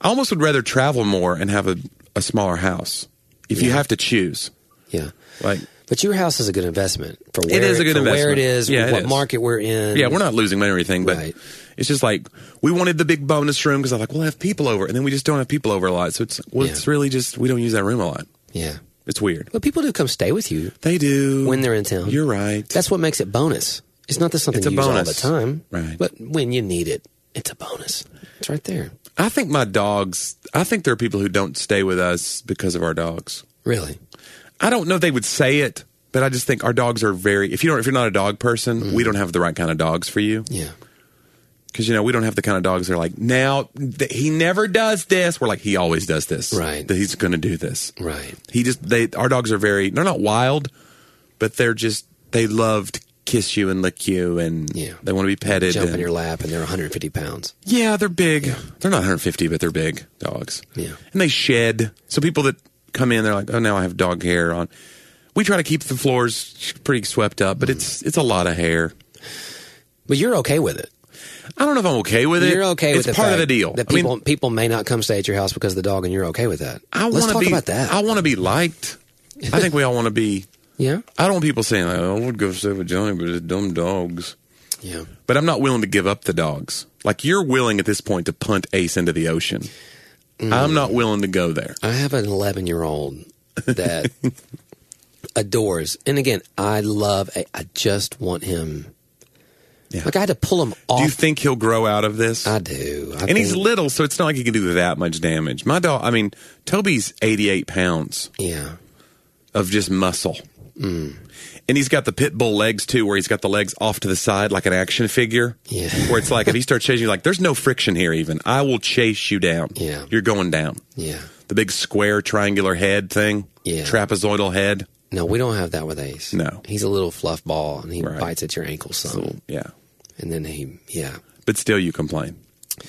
S2: I almost would rather travel more and have a, a smaller house if you have to choose.
S1: Yeah.
S2: Like,
S1: But your house is a good investment for where
S2: It is a good
S1: for where
S2: investment.
S1: it is,
S2: Yeah, it
S1: what
S2: is.
S1: market we're in.
S2: yeah, we're not losing money or anything, but
S1: Right.
S2: it's just like we wanted the big bonus room because I'm like, we'll have people over, and then we just don't have people over a lot. So it's well,
S1: Yeah.
S2: it's really just we don't use that room a lot.
S1: Yeah.
S2: It's weird.
S1: But people do come stay with you.
S2: They do
S1: When they're in town.
S2: You're right.
S1: That's what makes it bonus. It's not that something
S2: It's a
S1: you use
S2: bonus.
S1: all the time.
S2: Right.
S1: But when you need it, it's a bonus. It's right there.
S2: I think my dogs. I think there are people who don't stay with us because of our dogs.
S1: Really.
S2: I don't know if they would say it, but I just think our dogs are very. If you don't, if you're not a dog person,
S1: Mm-hmm.
S2: we don't have the right kind of dogs for you
S1: Yeah.
S2: because you know we don't have the kind of dogs that are like now th- he never does this. We're like he always does this.
S1: Right.
S2: That he's going to do this.
S1: Right.
S2: He just they our dogs are very. They're not wild, but they're just they love to kiss you and lick you and
S1: Yeah.
S2: they want to be petted.
S1: Jump in
S2: and-
S1: your lap and they're 150 pounds.
S2: Yeah, they're big. They're not 150, but they're big dogs.
S1: Yeah.
S2: And they shed. So people that come in, they're like, oh, now I have dog hair on. We try to keep the floors pretty swept up, but it's it's a lot of hair.
S1: But you're okay with it.
S2: I don't know if I'm okay with it.
S1: You're okay
S2: it's
S1: with the
S2: part of
S1: fact
S2: the deal.
S1: That
S2: I mean,
S1: people people may not come stay at your house because of the dog, and you're okay with that.
S2: I
S1: Let's
S2: wanna
S1: talk
S2: be,
S1: about that.
S2: I want to be liked. I think we all want to be.
S1: yeah,
S2: I don't want people saying, like, oh, I would go stay with Johnny, but it's dumb dogs.
S1: yeah.
S2: But I'm not willing to give up the dogs. Like you're willing at this point to punt Ace into the ocean.
S1: Mm.
S2: I'm not willing to go there.
S1: I have an 11 year old that adores, and again, I love. I I just want him.
S2: Yeah.
S1: Like I had to pull him off. Uh,
S2: Do you think he'll grow out of this?
S1: I do. I
S2: and he's
S1: think-
S2: little, so it's not like he can do that much damage. My dog, I mean, Toby's 88 pounds
S1: yeah,
S2: of just muscle.
S1: Mm.
S2: And he's got the pit bull legs too, where he's got the legs off to the side like an action figure.
S1: Yeah.
S2: Where it's like if he starts chasing you, like there's no friction here. Even I will chase you down.
S1: Yeah.
S2: You're going down.
S1: yeah.
S2: The big square triangular head thing.
S1: Yeah.
S2: Trapezoidal head.
S1: No, we don't have that with Ace.
S2: No.
S1: he's a little fluff ball, and he
S2: Right.
S1: bites at your ankle some,
S2: Yeah.
S1: and then he yeah.
S2: But still, you complain.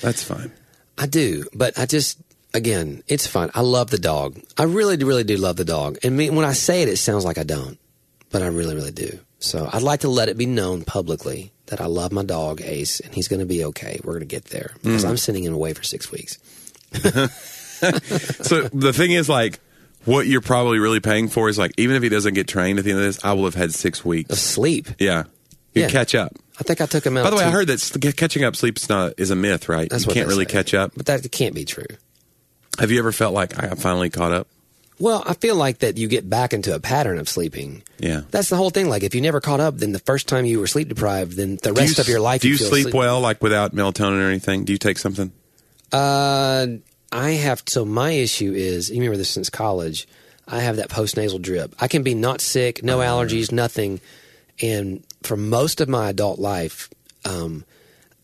S2: That's fine.
S1: I do, but I just again, it's fun. I love the dog. I really, really do love the dog. And me, when I say it, it sounds like I don't, but I really, really do. So I'd like to let it be known publicly that I love my dog Ace, and he's going to be okay. We're going to get there because
S2: Mm.
S1: I'm sending him away for six weeks.
S2: so the thing is, like, what you're probably really paying for is like, even if he doesn't get trained at the end of this, I will have had six
S1: Of
S2: weeks.
S1: sleep,
S2: Yeah, you
S1: Yeah.
S2: catch up.
S1: I think I took him out.
S2: By the way, I
S1: to-
S2: heard that s- catching up sleep is not is a myth, right?
S1: That's
S2: you
S1: what
S2: can't
S1: they
S2: really
S1: say.
S2: catch up.
S1: but that can't be true.
S2: Have you ever felt like I finally caught up?
S1: Well, I feel like that you get back into a pattern of sleeping.
S2: Yeah.
S1: That's the whole thing. Like, if you never caught up, then the first time you were sleep deprived, then the
S2: Do you
S1: rest of
S2: s-
S1: your life
S2: Do you
S1: feel
S2: sleep
S1: sleep-
S2: well, like without melatonin or anything? Do you take something?
S1: Uh, I have. So my issue is, you remember this since college. I have that postnasal drip. I can be not sick, no
S2: Uh-huh.
S1: allergies, nothing, and for most of my adult life, um,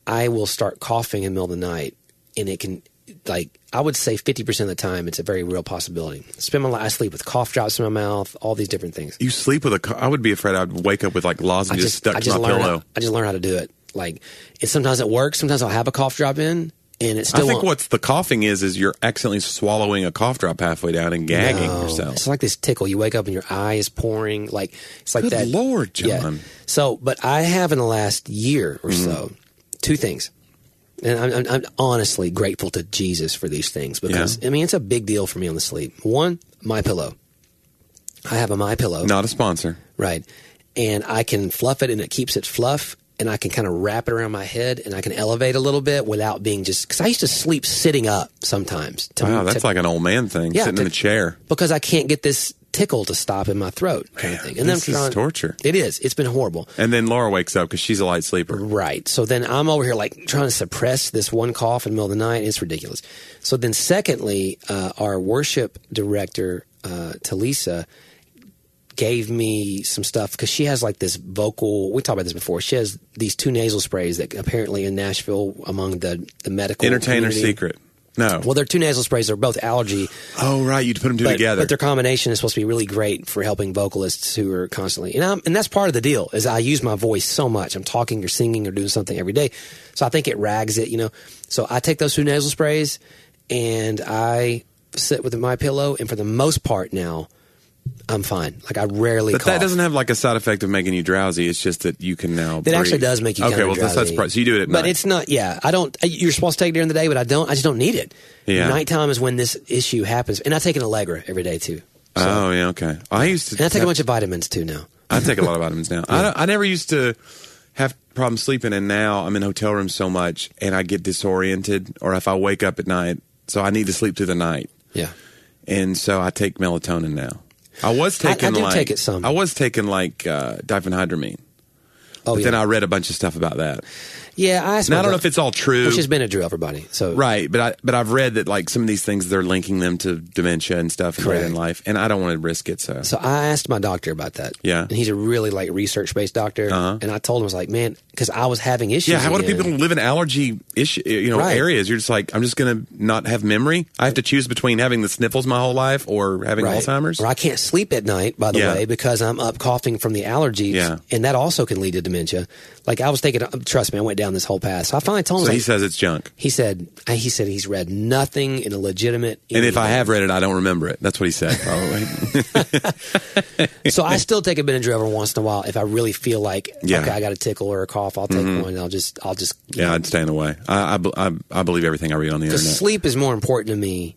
S1: I will start coughing in the middle of the night, and it can, like, I would say fifty percent of the time, it's a very real possibility. Spend my life, I sleep with cough drops in my mouth, all these different things.
S2: You sleep with a. co- I would be afraid I'd wake up with like
S1: I
S2: lozenges
S1: just,
S2: stuck
S1: I just
S2: to my
S1: learn.
S2: pillow.
S1: How, I just learn how to do it. Like, and sometimes it works. Sometimes I'll have a cough drop in, and it
S2: I
S1: still.
S2: think
S1: won't-
S2: what's the coughing is is you're accidentally swallowing a cough drop halfway down and gagging
S1: No.
S2: yourself.
S1: It's like this tickle. You wake up and your eye is pouring. Like it's like
S2: Good
S1: that.
S2: Lord,
S1: Yeah.
S2: John. Mm-hmm.
S1: So, but I have in the last year or so two things, and I'm, I'm, I'm honestly grateful to Jesus for these things because I mean it's a big deal for me on the sleep. One, my pillow. I have a my pillow,
S2: Not a sponsor.
S1: right, and I can fluff it and it keeps it fluff. And I can kind of wrap it around my head, and I can elevate a little bit without being just because I used to sleep sitting up sometimes. To,
S2: Wow,
S1: to-
S2: that's like an old man thing,
S1: Yeah,
S2: sitting in
S1: to-
S2: a chair.
S1: because I can't get this tickle to stop in my throat kind of thing. And
S2: this
S1: I'm
S2: is
S1: trying-
S2: torture.
S1: It is. It's been horrible.
S2: And then Laura wakes up because she's a light sleeper.
S1: Right. So then I'm over here like trying to suppress this one cough in the middle of the night. It's ridiculous. So then, secondly, uh, our worship director uh, Talisa gave me some stuff because she has like this vocal. We talked about this before. She has these two nasal sprays that apparently in Nashville among the the medical
S2: Entertainer
S1: community-
S2: secret. No.
S1: Well, they're two nasal sprays. They're both allergy,
S2: oh, right. You'd put them two
S1: but,
S2: together.
S1: but their combination is supposed to be really great for helping vocalists who are constantly and I'm, and that's part of the deal is I use my voice so much. I'm talking or singing or doing something every day, so I think it rags it. You know, so I take those two nasal sprays and I sit with my pillow, and for the most part now, I'm fine. Like I rarely.
S2: But that
S1: cough.
S2: doesn't have like a side effect of making you drowsy. It's just that you can now.
S1: That actually
S2: breathe.
S1: does make you
S2: Okay,
S1: kinda
S2: well that's that's
S1: drowsy.
S2: probably, so you do it at
S1: but
S2: night.
S1: it's not. Yeah, I don't. You're supposed to take it during the day, but I don't. I just don't need it.
S2: Yeah.
S1: Nighttime is when this issue happens, and I take an Allegra every day too,
S2: oh yeah, okay. I used to.
S1: and I take
S2: have-
S1: a bunch of vitamins too now.
S2: I take a lot of vitamins now. I, don't, I never used to have problems sleeping, and now I'm in hotel rooms so much, and I get disoriented, or if I wake up at night, so I need to sleep through the night,
S1: Yeah.
S2: and so I take melatonin now. I was
S1: I- I
S2: taking
S1: do
S2: like
S1: take it some.
S2: I was taking like uh, diphenhydramine,
S1: Oh
S2: but
S1: yeah.
S2: then I read a bunch of stuff about that.
S1: yeah, I.
S2: And I don't know if it's all true.
S1: which has been a drill, everybody. So
S2: Right, but I but I've read that like some of these things they're linking them to dementia and stuff and later in
S1: Correct.
S2: life, and I don't want to risk it. So,
S1: So I asked my doctor about that.
S2: Yeah. Uh-huh.
S1: And he's a really like research based doctor, and I told him I was like, man, because I was having issues.
S2: yeah, how do
S1: again.
S2: people live in allergy issue you know
S1: Right.
S2: areas? You're just like I'm just gonna not have memory. I have to choose between having the sniffles my whole life or having
S1: Right.
S2: Alzheimer's.
S1: Or I can't sleep at night, by the
S2: Yeah.
S1: way, because I'm up coughing from the allergies.
S2: Yeah.
S1: And that also can lead to dementia. Like I was thinking, uh, trust me, I went down this whole path. So I finally told him,
S2: So he
S1: like-
S2: says it's junk,
S1: he said, I- he said he's read nothing in a legitimate.
S2: and if I have read it, I don't remember it. That's what he said. Probably.
S1: so I still take a Benadryl every once in a while if I really feel like,
S2: Yeah. Mm-hmm.
S1: okay, I got a tickle or a cough, I'll take one. And I'll just, I'll just.
S2: yeah, I'd staying away. I I, be- I I believe everything I read on the internet.
S1: Because sleep is more important to me.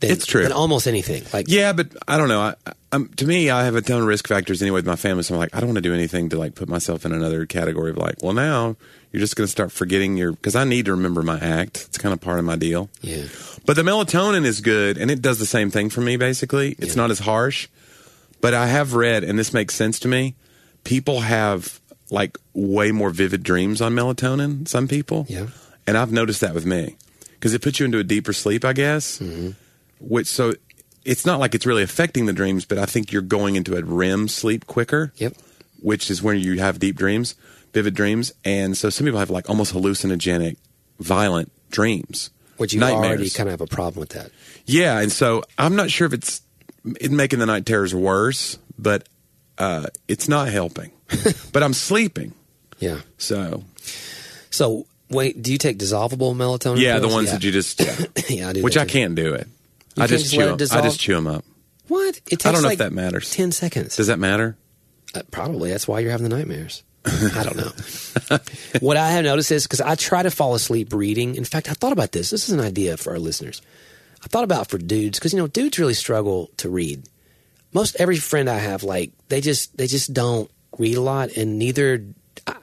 S1: Than,
S2: It's true.
S1: Than almost anything. Like
S2: Yeah, but I don't know. I, I, I'm, to me, I have a ton of risk factors anyway with my family. So I'm like, I don't want to do anything to like put myself in another category of like, well, now you're just going to start forgetting your because I need to remember my act. It's kind of part of my deal.
S1: Yeah.
S2: But the melatonin is good, and it does the same thing for me. Basically, it's not as harsh. But I have read, and this makes sense to me. People have like way more vivid dreams on melatonin. Some people,
S1: Yeah.
S2: and I've noticed that with me because it puts you into a deeper sleep, I guess. Which so it's not like it's really affecting the dreams, but I think you're going into a REM sleep quicker.
S1: Yep.
S2: Which is when you have deep dreams, vivid dreams, and so some people have like almost hallucinogenic, violent dreams.
S1: Which you
S2: nightmares.
S1: already kind of have a problem with that.
S2: Yeah, and so I'm not sure if it's it making the night terrors worse, but uh, it's not helping. but I'm sleeping,
S1: Yeah.
S2: so
S1: So wait, do you take dissolvable melatonin?
S2: yeah, the
S1: pills?
S2: ones that you just, yeah.
S1: yeah, I do
S2: which
S1: that
S2: I
S1: too.
S2: can't do it.
S1: You
S2: I
S1: can't
S2: just,
S1: just
S2: chew
S1: let it
S2: them. I
S1: dissolve?
S2: just chew them up.
S1: What? It takes
S2: I don't know
S1: like
S2: if that matters.
S1: ten seconds.
S2: Does that matter?
S1: Uh, probably that's why you're having the nightmares. I don't know. what I have noticed is because I try to fall asleep reading. In fact, I thought about this. This is an idea for our listeners. I thought about for dudes because you know dudes really struggle to read. Most every friend I have, like they just they just don't read a lot, and neither. I,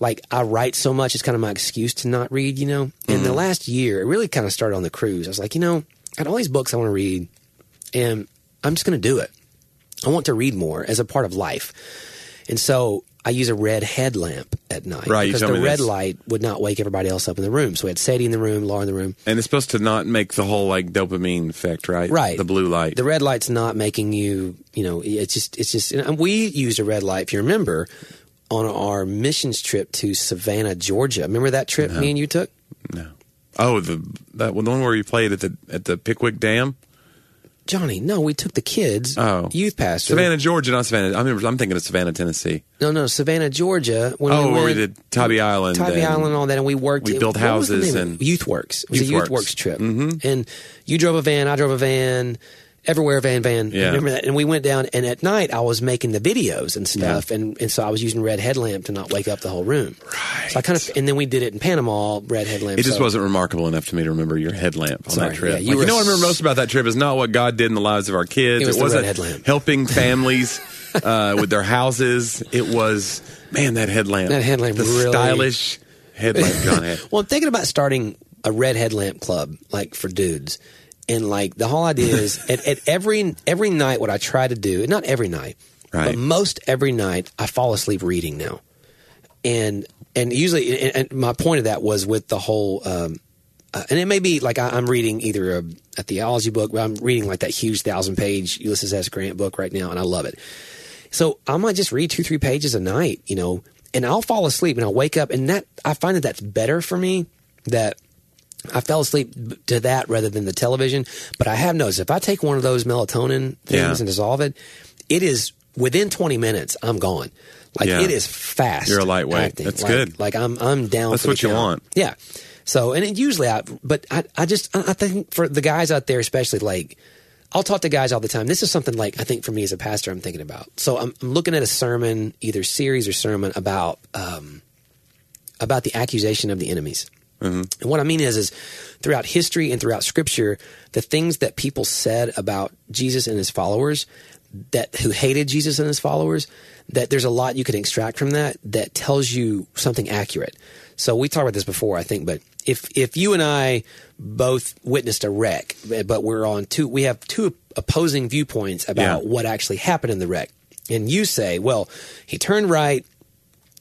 S1: like I write so much, it's kind of my excuse to not read, you know. In
S2: Mm-hmm.
S1: the last year, it really kind of started on the cruise. I was like, you know, I had all these books I want to read, and I'm just going to do it. I want to read more as a part of life. And so I use a red headlamp at night
S2: Right, you
S1: because
S2: told
S1: the
S2: me
S1: red
S2: this.
S1: light would not wake everybody else up in the room. So we had Sadie in the room, Laura in the room.
S2: And it's supposed to not make the whole like dopamine effect, right?
S1: Right.
S2: The blue light.
S1: The red light's not making you, you know, it's just, it's just, and we used a red light, if you remember, on our missions trip to Savannah, Georgia. Remember that trip me and you took?
S2: no. Oh, the that one the one where you played at the at the Pickwick Dam,
S1: Johnny, no, we took the kids.
S2: Oh.
S1: youth pastor.
S2: Savannah, Georgia, not Savannah. I remember. I'm thinking of Savannah, Tennessee.
S1: No, no, Savannah, Georgia. When
S2: oh,
S1: we
S2: where
S1: went,
S2: we did Tubby Island.
S1: Tybee
S2: and-
S1: Island and all that, and we worked.
S2: we built
S1: what was the
S2: houses
S1: name of
S2: and-
S1: it? YouthWorks. It was
S2: YouthWorks.
S1: a YouthWorks trip, mm-hmm. and you drove a van, I drove a van, everywhere a van, van.
S2: Yeah.
S1: I remember that? And we went down, and at night I was making the videos and stuff, and, and so I was using red headlamp to not wake up the whole room. Right. So I kind of, and then we did it in Panama, red headlamp.
S2: It just
S1: so-
S2: wasn't remarkable enough to me to remember your headlamp on
S1: Sorry,
S2: that trip.
S1: yeah,
S2: Like,
S1: you
S2: you,
S1: were
S2: know what I remember
S1: s-
S2: most about that trip is not what God did in the lives of our kids.
S1: It was the
S2: not
S1: red headlamp.
S2: helping families uh, with their houses. It was man that headlamp.
S1: That headlamp
S2: the
S1: really-
S2: stylish headlamp John had.
S1: Well, I'm thinking about starting a red headlamp club, like for dudes, and like the whole idea is at, at every every night what I try to do, not every night,
S2: Right.
S1: but most every night I fall asleep reading now, and and usually and, and my point of that was with the whole um, uh, and it may be like I, I'm reading either a, a theology book, but I'm reading like that huge thousand page Ulysses S. Grant book right now, and I love it. So I might just read two, three pages a night, you know, and I'll fall asleep and I'll wake up, and that I find that that's better for me that I fell asleep b- to that rather than the television. But I have noticed if I take one of those melatonin things
S2: Yeah.
S1: and dissolve it, it is within 20 minutes, I'm gone. Like
S2: Yeah.
S1: it is fast.
S2: You're a lightweight.
S1: acting.
S2: That's
S1: Like-
S2: good.
S1: Like I'm, I'm down.
S2: That's
S1: for the
S2: what you
S1: count.
S2: want.
S1: Yeah. So, and it usually, I, but I, I just, I I think for the guys out there, especially like, I'll talk to guys all the time. This is something like I think for me as a pastor, I'm thinking about. So I'm, I'm looking at a sermon, either series or sermon about um, about the accusation of the enemies. And what I mean is, is throughout history and throughout Scripture, the things that people said about Jesus and his followers, that who hated Jesus and his followers, that there's a lot you can extract from that that tells you something accurate. So we talked about this before, I think, but if if you and I both witnessed a wreck, but we're on two, we have two opposing viewpoints about
S2: Yeah.
S1: what actually happened in the wreck, and you say, well, he turned right,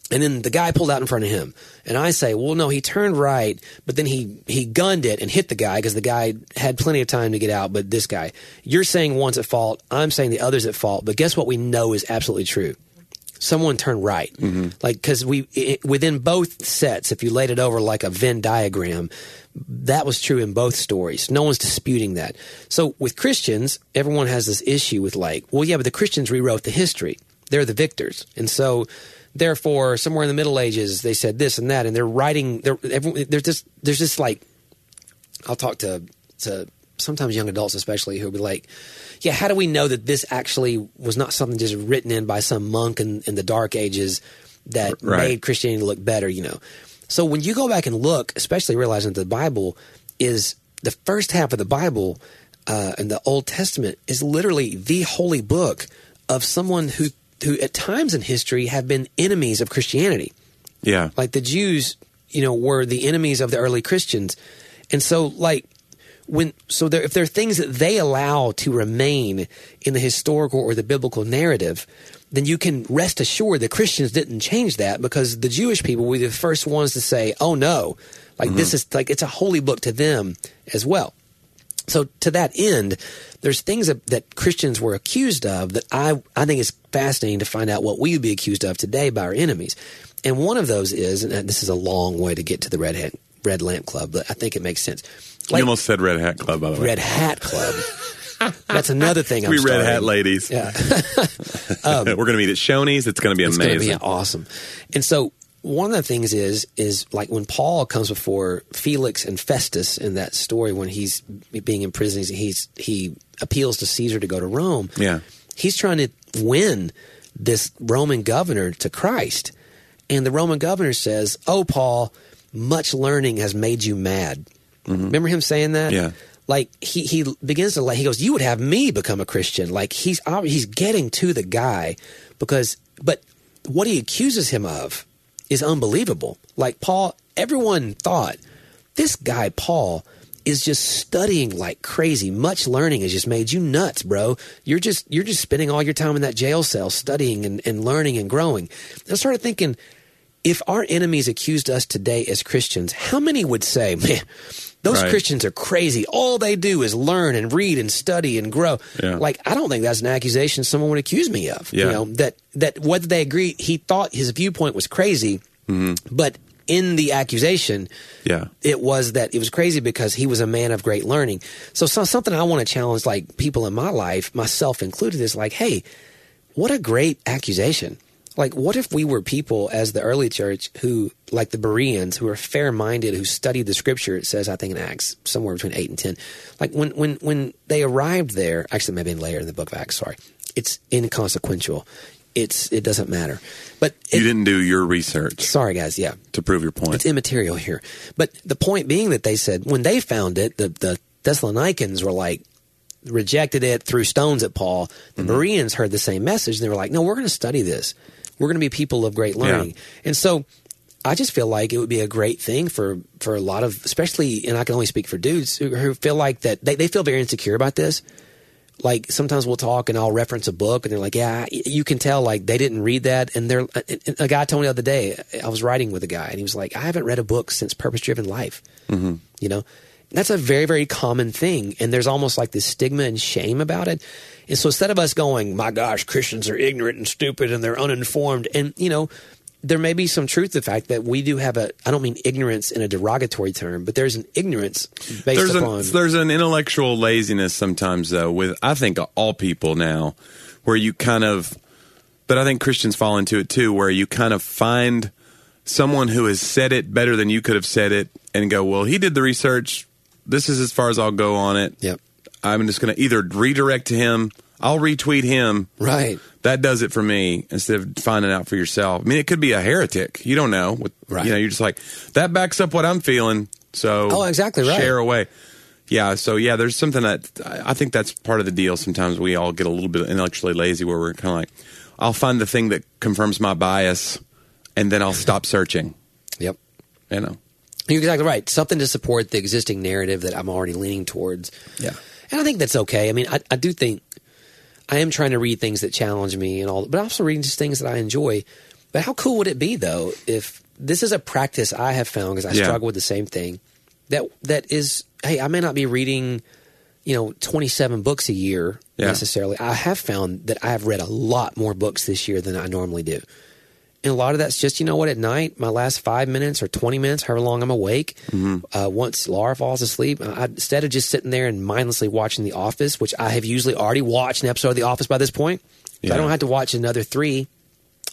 S1: and then the guy pulled out in front of him, and I say, "Well, no, he turned right, but then he he gunned it and hit the guy because the guy had plenty of time to get out." But this guy, you're saying one's at fault. I'm saying the other's at fault. But guess what? We know is absolutely true. Someone turned right, like because we it, within both sets. If you laid it over like a Venn diagram, that was true in both stories. No one's disputing that. So with Christians, everyone has this issue with like, well, yeah, but the Christians rewrote the history. They're the victors, and so therefore, somewhere in the Middle Ages, they said this and that, and they're writing. They're, everyone, they're just there's just like I'll talk to to sometimes young adults, especially who'll be like, "Yeah, how do we know that this actually was not something just written in by some monk in, in the Dark Ages that
S2: Right.
S1: made Christianity look better?" You know. So when you go back and look, especially realizing that the Bible is the first half of the Bible uh, and the Old Testament is literally the holy book of someone who who at times in history have been enemies of Christianity
S2: Yeah.
S1: like the Jews, you know, were the enemies of the early Christians, and so like when so there, if there are things that they allow to remain in the historical or the biblical narrative, then you can rest assured the Christians didn't change that because the Jewish people were the first ones to say, "Oh no, like this is like it's a holy book to them as well." So to that end, there's things that, that Christians were accused of that I, I think is fascinating to find out what we would be accused of today by our enemies. And one of those is, and this is a long way to get to the red hat, red lamp club, but I think it makes sense.
S2: you
S1: Like
S2: almost said Red Hat Club, by the way.
S1: red hat club. That's another thing. I'm
S2: we Red
S1: starting.
S2: Hat ladies.
S1: Yeah. Um,
S2: We're going to meet at Shoney's. It's going to be
S1: It's
S2: amazing.
S1: going to be awesome. And so one of the things is is like when Paul comes before Felix and Festus in that story when he's being in prison, he's, he's he appeals to Caesar to go to Rome.
S2: Yeah.
S1: he's trying to win this Roman governor to Christ, and the Roman governor says, "Oh, Paul, much learning has made you mad." Remember him saying that?
S2: Yeah.
S1: Like he he begins to like he goes, "You would have me become a Christian." Like he's ob- he's getting to the guy because but what he accuses him of is unbelievable. Like Paul, everyone thought this guy Paul is just studying like crazy. Much learning has just made you nuts, bro. You're just you're just spending all your time in that jail cell studying and, and learning and growing. And I started thinking, if our enemies accused us today as Christians, how many would say, man, those
S2: Right.
S1: Christians are crazy. All they do is learn and read and study and grow.
S2: Yeah.
S1: Like, I don't think that's an accusation someone would accuse me of. You
S2: Yeah.
S1: know, that, that whether they agree, he thought his viewpoint was crazy,
S2: Mm-hmm.
S1: but in the accusation,
S2: Yeah.
S1: it was that it was crazy because he was a man of great learning. So, so something I want to challenge like people in my life, myself included, is like, hey, what a great accusation. Like, what if we were people as the early church who, like the Bereans, who are fair minded, who studied the scripture, it says, I think in Acts, somewhere between 8 and 10. Like, when, when, when they arrived there, actually, maybe in later in the book of Acts, sorry, it's inconsequential. It's, it doesn't matter. But,
S2: You
S1: it,
S2: didn't do your research
S1: sorry, guys, yeah.
S2: to prove your point.
S1: It's immaterial here. But the point being that they said when they found it, the, the Thessalonians were like, rejected it, threw stones at Paul. The Bereans heard the same message and they were like, no, we're going to study this. We're going to be people of great learning. And so I just feel like it would be a great thing for, for a lot of, especially, and I can only speak for dudes who, who feel like that they, they feel very insecure about this like sometimes we'll talk and I'll reference a book and they're like, yeah, y- you can tell like they didn't read that. And they're a- a guy told me the other day, I was writing with a guy and he was like, I haven't read a book since Purpose Driven Life. you know that's a very very common thing and there's almost like this stigma and shame about it and so instead of us going my gosh christians are ignorant and stupid and they're uninformed and you know there may be some truth to the fact that we do have a i don't mean ignorance in a derogatory term but there's an ignorance based
S2: there's
S1: upon
S2: an, there's an intellectual laziness sometimes though with I think all people now where you kind of but I think Christians fall into it too where you kind of find someone who has said it better than you could have said it and go well he did the research this is as far as I'll go on it
S1: yep
S2: I'm just going to either redirect to him I'll retweet him
S1: right
S2: that does it for me instead of finding out for yourself. I mean, it could be a heretic. You don't know. With,
S1: Right.
S2: You know, you're just like, that backs up what I'm feeling. So
S1: Oh, exactly right.
S2: Share away. Yeah. So, yeah, there's something that I I think that's part of the deal. Sometimes we all get a little bit intellectually lazy where we're kind of like, I'll find the thing that confirms my bias and then I'll stop searching.
S1: yep
S2: You know?
S1: You're exactly right. Something to support the existing narrative that I'm already leaning towards.
S2: Yeah.
S1: And I think that's okay. I mean, I, I do think I am trying to read things that challenge me and all, but I'm also reading just things that I enjoy. But how cool would it be though if this is a practice I have found because I
S2: Yeah.
S1: struggle with the same thing that that is hey, I may not be reading, you know, 27 books a year
S2: Yeah.
S1: necessarily. I have found that I have read a lot more books this year than I normally do. And a lot of that's just, you know what, at night, my last five minutes or 20 minutes, however long I'm awake,
S2: Mm-hmm.
S1: uh, once Laura falls asleep, I, instead of just sitting there and mindlessly watching The Office, which I have usually already watched an episode of The Office by this point, so
S2: Yeah.
S1: I don't have to watch another three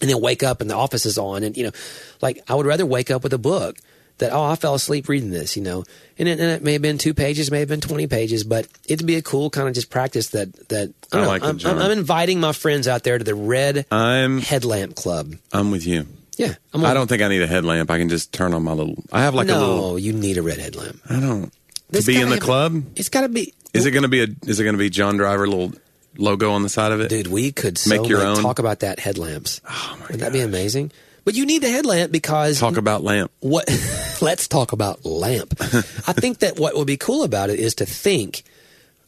S1: and then wake up and The Office is on. And, you know, like I would rather wake up with a book that, oh, I fell asleep reading this, you know. And it, and it may have been two pages, may have been 20 pages, but it'd be a cool kind of just practice that, that I,
S2: I
S1: don't know,
S2: like Uh,
S1: I'm,
S2: the
S1: I'm,
S2: genre.
S1: I'm inviting my friends out there to the Red
S2: I'm,
S1: Headlamp Club.
S2: I'm with you.
S1: Yeah, I'm
S2: I don't think I need a headlamp. I can just turn on my little, I have like a
S1: no,
S2: little,
S1: you need a red headlamp.
S2: I don't,
S1: There's
S2: to be in
S1: gotta
S2: the
S1: have-
S2: club.
S1: It's got to be.
S2: Is it going to be a? Is it going to be John Driver little logo on the side of it?
S1: dude? We could so
S2: Make your
S1: much
S2: own?
S1: talk about that headlamps. Oh my Wouldn't that be amazing? But you need the headlamp because
S2: Talk about lamp.
S1: what? let's talk about lamp. I think that what would be cool about it is to think.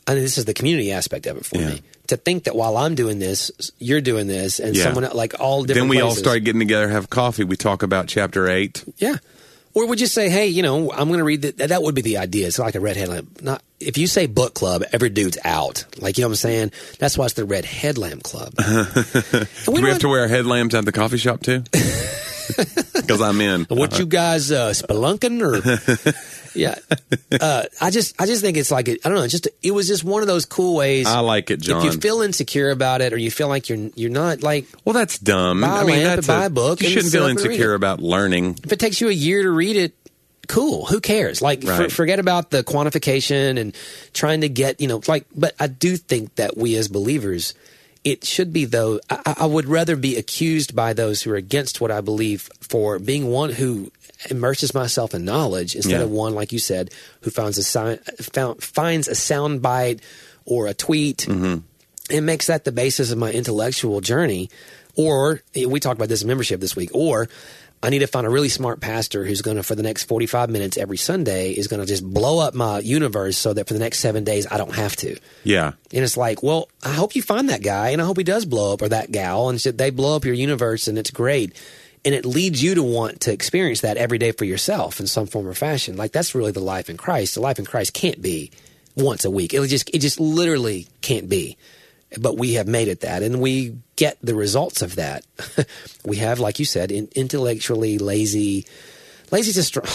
S1: I mean, this is the community aspect of it for
S2: Yeah.
S1: me. To think that while I'm doing this, you're doing this, and
S2: Yeah.
S1: someone like all different.
S2: Then we all
S1: places.
S2: start getting together, have coffee. We talk about chapter eight.
S1: Yeah. Or would you say, hey, you know, I'm going to read that. That would be the idea. It's like a red headlamp. Not if you say book club, every dude's out. Like you know what I'm saying. That's why it's the red headlamp club. And
S2: Do we have
S1: don't-
S2: to wear headlamps at the coffee shop too? Because I'm in.
S1: What you guys uh, spelunking or? yeah, uh, I just I just think it's like it, I don't know. it's Just it was just one of those cool ways.
S2: I like it, John.
S1: If you feel insecure about it, or you feel like you're you're not like
S2: well, that's dumb.
S1: Buy a
S2: I mean,
S1: lamp
S2: that's
S1: and buy a book
S2: You
S1: and
S2: shouldn't
S1: sit
S2: feel
S1: up and read
S2: insecure
S1: it.
S2: about learning.
S1: if it takes you a year to read it, cool. Who cares? Like, for,
S2: Right.
S1: forget about the quantification and trying to get, you know, like, but I do think that we as believers, it should be though, I, I- I would rather be accused by those who are against what I believe for being one who immerses myself in knowledge instead
S2: Yeah.
S1: of one, like you said, who finds a, si- found, finds a sound bite or a tweet
S2: Mm-hmm.
S1: it makes that the basis of my intellectual journey. Or eh, we talked about this in membership this week. Or I need to find a really smart pastor who's going to, for the next 45 minutes every Sunday, is going to just blow up my universe so that for the next seven days I don't have to.
S2: Yeah,
S1: And it's like, well, I hope you find that guy and I hope he does blow up or that gal and shit. They blow up your universe and it's great. And it leads you to want to experience that every day for yourself in some form or fashion. Like that's really the life in Christ. The life in Christ can't be once a week. It just it just literally can't be. But we have made it that and we get the results of that. we have, like you said, in, intellectually lazy lazy's a strong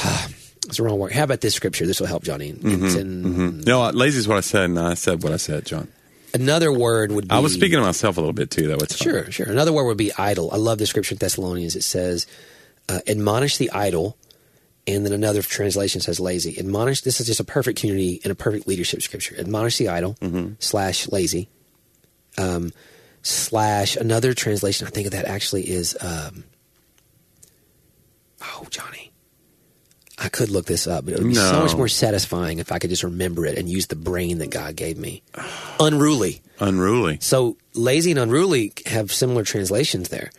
S1: it's the wrong word. How about this scripture? This will help Johnny.
S2: Mm-hmm.
S1: It's in
S2: no, lazy is what I said, and I said what I said, John.
S1: another word would be
S2: I was speaking to myself a little bit too, though. It's fine.
S1: Sure, sure. Another word would be idle. I love the scripture in Thessalonians. It says, uh, admonish the idle. And then another translation says lazy. Admonish, this is just a perfect community and a perfect leadership scripture. Admonish the idle
S2: Mm-hmm.
S1: slash lazy um, slash another translation. I think of that actually is, um, oh, Johnny. I could look this up, but it would be so
S2: No.
S1: much more satisfying if I could just remember it and use the brain that God gave me. Unruly.
S2: Unruly.
S1: So lazy and unruly have similar translations there.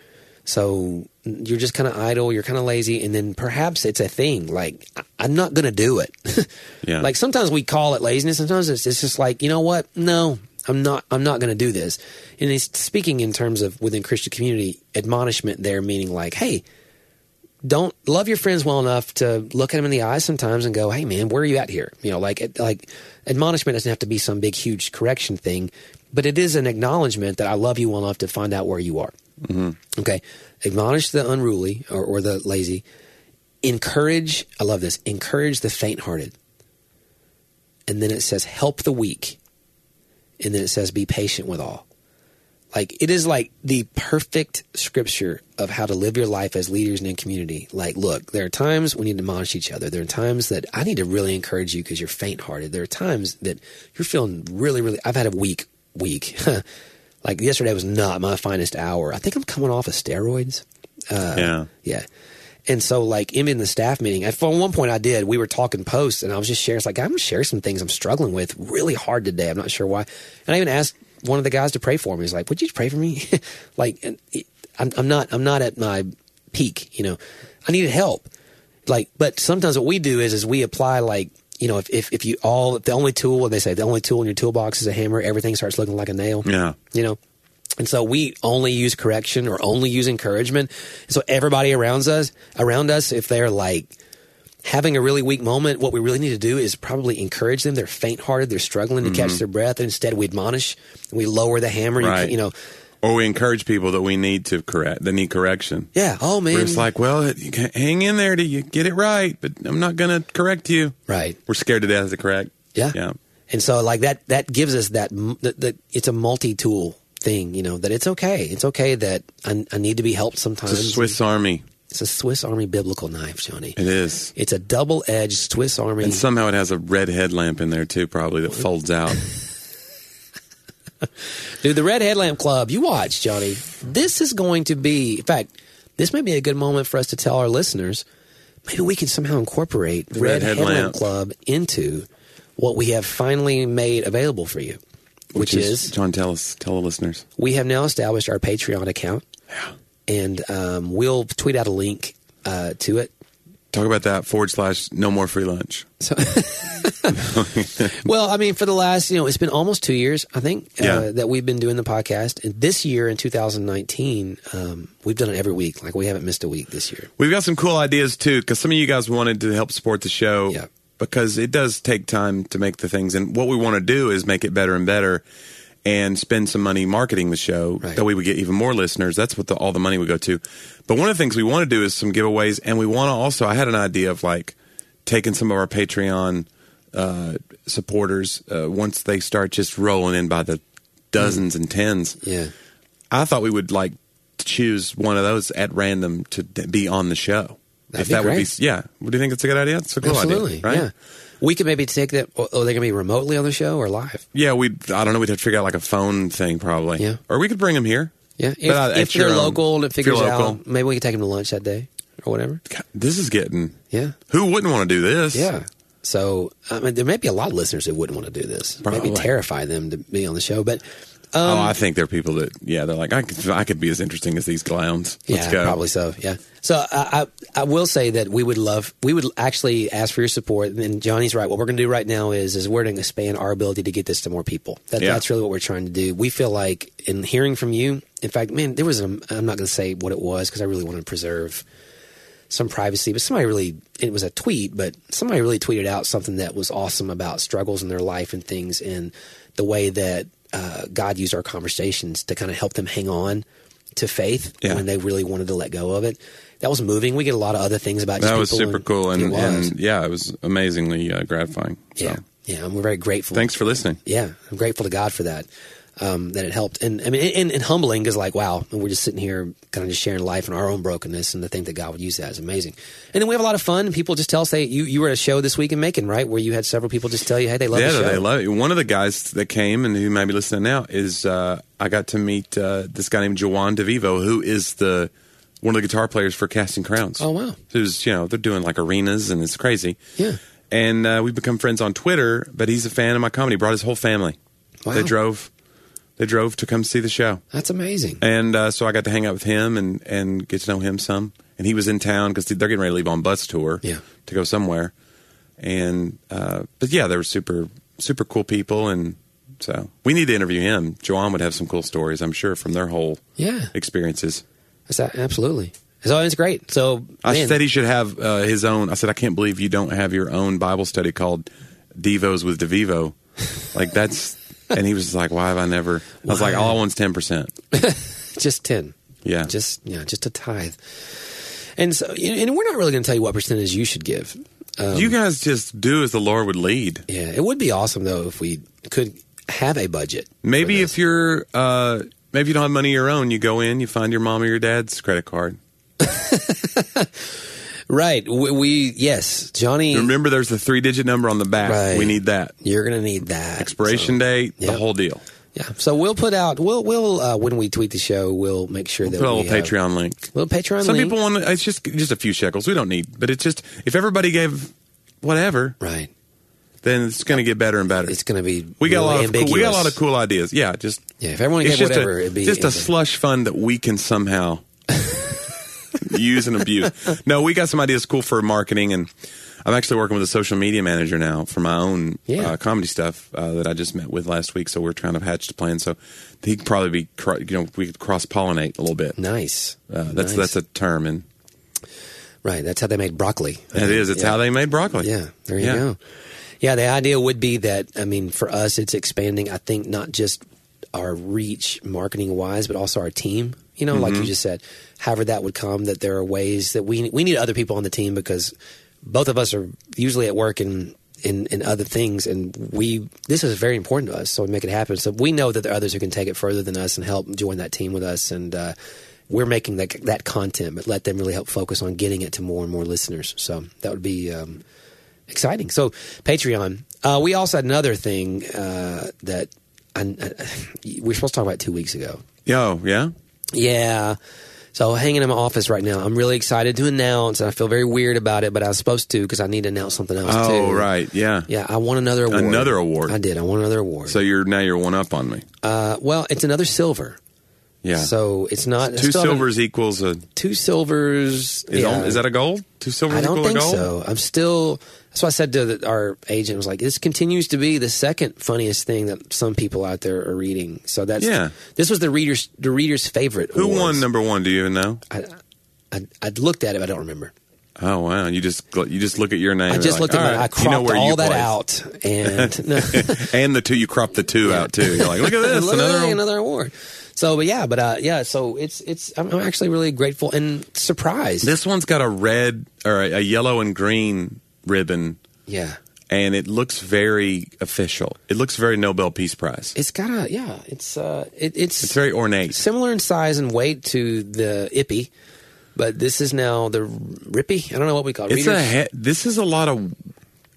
S1: So you're just kind of idle, you're kind of lazy, and then perhaps it's a thing like I- I'm not going to do it.
S2: Yeah.
S1: Like sometimes we call it laziness, sometimes it's, it's just like you know what? No, I'm not. I'm not going to do this. And it's speaking in terms of within Christian community admonishment there, meaning like, hey, don't love your friends well enough to look at them in the eye sometimes and go, "Hey, man, where are you at here?" You know, like it- like admonishment doesn't have to be some big huge correction thing, but it is an acknowledgement that I love you well enough to find out where you are. Okay, admonish the unruly or, or the lazy. Encourage. I love this. Encourage the faint-hearted. And then it says, "Help the weak." And then it says, "Be patient with all." like it is like the perfect scripture of how to live your life as leaders and in community like look there are times we need to admonish each other there are times that i need to really encourage you because you're faint-hearted there are times that you're feeling really really i've had a weak week like yesterday was not my finest hour i think i'm coming off of steroids Uh,
S2: yeah.
S1: yeah. And so, like, him in the staff meeting, at for one point I did, we were talking posts, and I was just sharing, it's like, I'm going to share some things I'm struggling with really hard today. I'm not sure why. And I even asked one of the guys to pray for me. He's like, Would you pray for me? like, and it- I'm, I'm not, I'm not at my peak, you know, I needed help. Like, but sometimes what we do is, is we apply, like, you know, if, if, if you all, the only tool, what they say, the only tool in your toolbox is a hammer, everything starts looking like a nail
S2: Yeah.
S1: you know and so we only use correction or only use encouragement and so everybody around us around us if they're like having a really weak moment what we really need to do is probably encourage them they're faint-hearted they're struggling to catch their breath and instead we admonish we lower the hammer you,
S2: Mm-hmm. Right.
S1: can't- you know
S2: Or we encourage people that we need to correct, that need correction.
S1: yeah oh man
S2: Where it's like, well, it- you can hang in there till you get it right, but I'm not going to correct you.
S1: right
S2: We're scared to death to correct.
S1: Yeah.
S2: Yeah.
S1: And so like that that gives us that m- that, that it's a multi-tool thing, you know, that it's okay. It's okay that I, I need to be helped sometimes.
S2: It's a Swiss Army.
S1: It's a Swiss Army biblical knife, Johnny.
S2: It is.
S1: It's a double-edged Swiss Army.
S2: And somehow it has a red headlamp in there too, probably that folds out.
S1: Dude, the Red Headlamp Club, you watch, Johnny. This is going to be, in fact, this may be a good moment for us to tell our listeners maybe we can somehow incorporate Red,
S2: Red
S1: Headlamp.
S2: Headlamp.
S1: Club into what we have finally made available for you, which, is,
S2: John, tell us, tell the listeners.
S1: we have now established our Patreon account. And um, we'll tweet out a link uh, to it.
S2: Talk about that forward slash no more free lunch.
S1: So, well, I mean, for the last, you know, it's been almost two years, I think, uh,
S2: Yeah.
S1: that we've been doing the podcast. And this year in 2019, um, we've done it every week. Like, we haven't missed a week this year.
S2: We've got some cool ideas too, because some of you guys wanted to help support the show.
S1: Yeah.
S2: Because it does take time to make the things, and what we want to do is make it better and better, and spend some money marketing the show.
S1: Right.
S2: That way, we get even more listeners. That's what the, all the money would go to. But one of the things we want to do is some giveaways, and we want to also. I had an idea of like taking some of our Patreon uh, supporters uh, once they start just rolling in by the dozens and tens.
S1: Yeah.
S2: I thought we would like choose one of those at random to d- be on the show.
S1: That'd
S2: if
S1: be
S2: that would
S1: great.
S2: be, yeah. What do you think? It's a good idea. It's a cool
S1: Absolutely.
S2: idea, right?
S1: Yeah. We could maybe take that. Are they going to be remotely on the show or live?
S2: Yeah, we. I don't know. We'd have to figure out like a phone thing, probably.
S1: Yeah.
S2: Or we could bring them here.
S1: Yeah. If,
S2: But, uh,
S1: if
S2: at your
S1: they're
S2: own-
S1: local and it
S2: if you're
S1: figures
S2: local.
S1: out, maybe we can take them to lunch that day or whatever.
S2: God, this is getting.
S1: Yeah.
S2: Who wouldn't want to do this?
S1: Yeah. So I mean, there may be a lot of listeners that wouldn't want to do this.
S2: Probably.
S1: Maybe terrify them to be on the show, but Um,
S2: oh, I think there are people that. Yeah, they're like, I could, I could be as interesting as these clowns. Let's
S1: yeah,
S2: go.
S1: probably so. Yeah. So I, I I will say that we would love we would actually ask for your support. And Johnny's right. What we're going to do right now is is we're going to expand our ability to get this to more people. That,
S2: Yeah.
S1: That's really what we're trying to do. We feel like in hearing from you. In fact, man, there was a, I'm not going to say what it was because I really want to preserve some privacy, but somebody really it was a tweet, but somebody really tweeted out something that was awesome about struggles in their life and things and the way that uh, God used our conversations to kind of help them hang on to faith
S2: Yeah.
S1: when they really wanted to let go of it. That was moving. We get a lot of other things about just
S2: That was
S1: people
S2: super cool, and,
S1: it was.
S2: and yeah, it was amazingly uh, gratifying. So,
S1: yeah, yeah, and we're very grateful.
S2: thanks for listening.
S1: Yeah, I'm grateful to God for that. Um, that it helped, and I mean, and, and humbling is like, wow, and we're just sitting here, kind of just sharing life and our own brokenness, and the thing that God would use that is amazing. And then we have a lot of fun. and People just tell us they you you were at a show this week in Macon, right, where you had several people just tell you, hey, they love
S2: yeah,
S1: the show.
S2: they love it. One of the guys that came and who may be listening now is uh, I got to meet uh, this guy named Jawan DeVivo, who is the one of the guitar players for Casting Crowns.
S1: Oh, wow.
S2: Who's you know they're doing like arenas and it's crazy.
S1: Yeah.
S2: and uh, we've become friends on Twitter. But he's a fan of my comedy. Brought his whole family.
S1: Wow.
S2: They drove. They drove to come see the show,
S1: That's amazing.
S2: and uh, so I got to hang out with him and and get to know him some. And he was in town because they're getting ready to leave on bus tour
S1: Yeah.
S2: to go somewhere. And uh, but yeah, they were super super cool people, and so we need to interview him. Joanne would have some cool stories, I'm sure, from their whole
S1: Yeah,
S2: experiences.
S1: that's a- absolutely. So it's great. So
S2: I
S1: man,
S2: said he should have uh, his own. I said I can't believe you don't have your own Bible study called Devos with Devivo. Like that's. and he was like, "Why have I never?" I was like,
S1: Why?
S2: "All I want's ten percent."
S1: just ten.
S2: Yeah,
S1: just yeah, just a tithe. And so, and we're not really going to tell you what percentage you should give. um,
S2: you guys just do as the Lord would lead.
S1: Yeah, it would be awesome though if we could have a budget.
S2: Maybe if you're, uh, maybe you don't have money of your own, you go in, you find your mom or your dad's credit card.
S1: Right. We, we yes, Johnny,
S2: Remember, there's the three digit number on the back.
S1: Mm. Right.
S2: We need that
S1: you're going to need that
S2: expiration date,
S1: Yep.
S2: the whole deal.
S1: So, yeah. So we'll put out. We'll we'll uh, when we tweet the show, we'll make sure that
S2: Put a little
S1: we have-
S2: Patreon link.
S1: Little Patreon.
S2: Some
S1: link.
S2: people want to, it's just just a few shekels. We don't need, but it's just if everybody gave whatever,
S1: Right.
S2: then it's going to get better and better.
S1: It's going to be.
S2: We got
S1: really
S2: a lot of cool, we got a
S1: ambiguous.
S2: lot of cool ideas. Yeah, just
S1: Yeah. If everyone
S2: it's
S1: gave
S2: just
S1: whatever,
S2: a
S1: it'd be
S2: just a
S1: it'd be-
S2: slush fund that we can somehow use and abuse. No, we got some ideas cool for marketing, and I'm actually working with a social media manager now for my own
S1: Yeah.
S2: uh, comedy stuff uh, that I just met with last week. So we're trying to hatch a plan. So he'd probably be, cro- you know, we could cross pollinate a little bit.
S1: nice.
S2: Uh, that's
S1: Nice.
S2: that's a term, and
S1: right. That's how they made broccoli.
S2: that is it's
S1: Yeah.
S2: how they made broccoli.
S1: Yeah, there you
S2: Yeah.
S1: go. Yeah, the idea would be that I mean, for us, it's expanding. I think not just our reach, marketing wise, but also our team. You know, like you just said, however that would come, that there are ways that we we need other people on the team because both of us are usually at work and. In, in other things, and we this is very important to us, so we make it happen. So we know that there are others who can take it further than us and help join that team with us, and uh, we're making that that content, but let them really help focus on getting it to more and more listeners. So that would be um, exciting. So Patreon. Uh, we also had another thing uh, that I, I- we were supposed to talk about two weeks ago.
S2: Yo, yeah.
S1: Yeah. So hanging in my office right now. I'm really excited to announce, and I feel very weird about it, but I was supposed to because I need to announce something else too.
S2: Oh, right. Yeah.
S1: Yeah, I won another award.
S2: Another award.
S1: I did. I won another award.
S2: So you're now you're one up on me.
S1: uh, well, it's another silver.
S2: Yeah.
S1: So it's not I
S2: two
S1: still haven't-
S2: silvers equals a
S1: Two silvers.
S2: is,
S1: yeah.
S2: al- is that a gold? Two silvers
S1: I don't
S2: equal a
S1: think
S2: gold?
S1: so. I'm still. That's why I said to the, our agent, I was like, this continues to be the second funniest thing that some people out there are reading. So that's
S2: Yeah.
S1: This was the readers the readers favorite.
S2: Who
S1: awards.
S2: won number one? Do you even know?
S1: I, I, I looked at it, but I don't remember.
S2: Oh wow! You just gl- you just look at your name.
S1: I
S2: and
S1: just
S2: like,
S1: looked at
S2: all
S1: it.
S2: right,
S1: I
S2: you
S1: cropped
S2: know where you
S1: all that
S2: place.
S1: out, and no,
S2: and the two you crop the two out too. You're like, look at this,
S1: Look at
S2: another
S1: that,
S2: one.
S1: another award. So, but yeah, but uh, yeah. So it's it's. I'm, I'm actually really grateful and surprised.
S2: This one's got a red or a, a yellow and green ribbon,
S1: yeah,
S2: and it looks very official. It looks very Nobel Peace Prize.
S1: it's got a yeah. It's uh, it,
S2: It's very ornate.
S1: similar in size and weight to the Ippy, but this is now the Rippy. I don't know what we call it.
S2: It's a he- this is a lot of,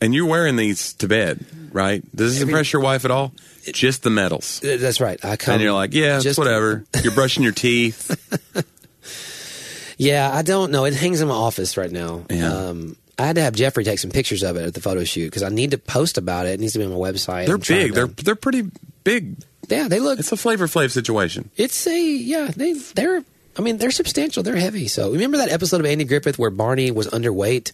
S2: and you're wearing these to bed, right? Does this impress your wife at all? Just the medals,
S1: Th- That's right. I come,
S2: and you're like, yeah, it's
S1: Um, just-
S2: whatever. You're brushing your teeth.
S1: Yeah, I don't know. It hangs in my office right now.
S2: Yeah.
S1: Um, I had to have Jeffrey take some pictures of it at the photo shoot because I need to post about it. It needs to be on my website.
S2: They're
S1: I'm trying
S2: big.
S1: to-
S2: They're they're pretty big.
S1: yeah, they look.
S2: It's a Flavor Flav situation.
S1: It's a yeah. They they're I mean they're substantial. They're heavy. So remember that episode of Andy Griffith where Barney was underweight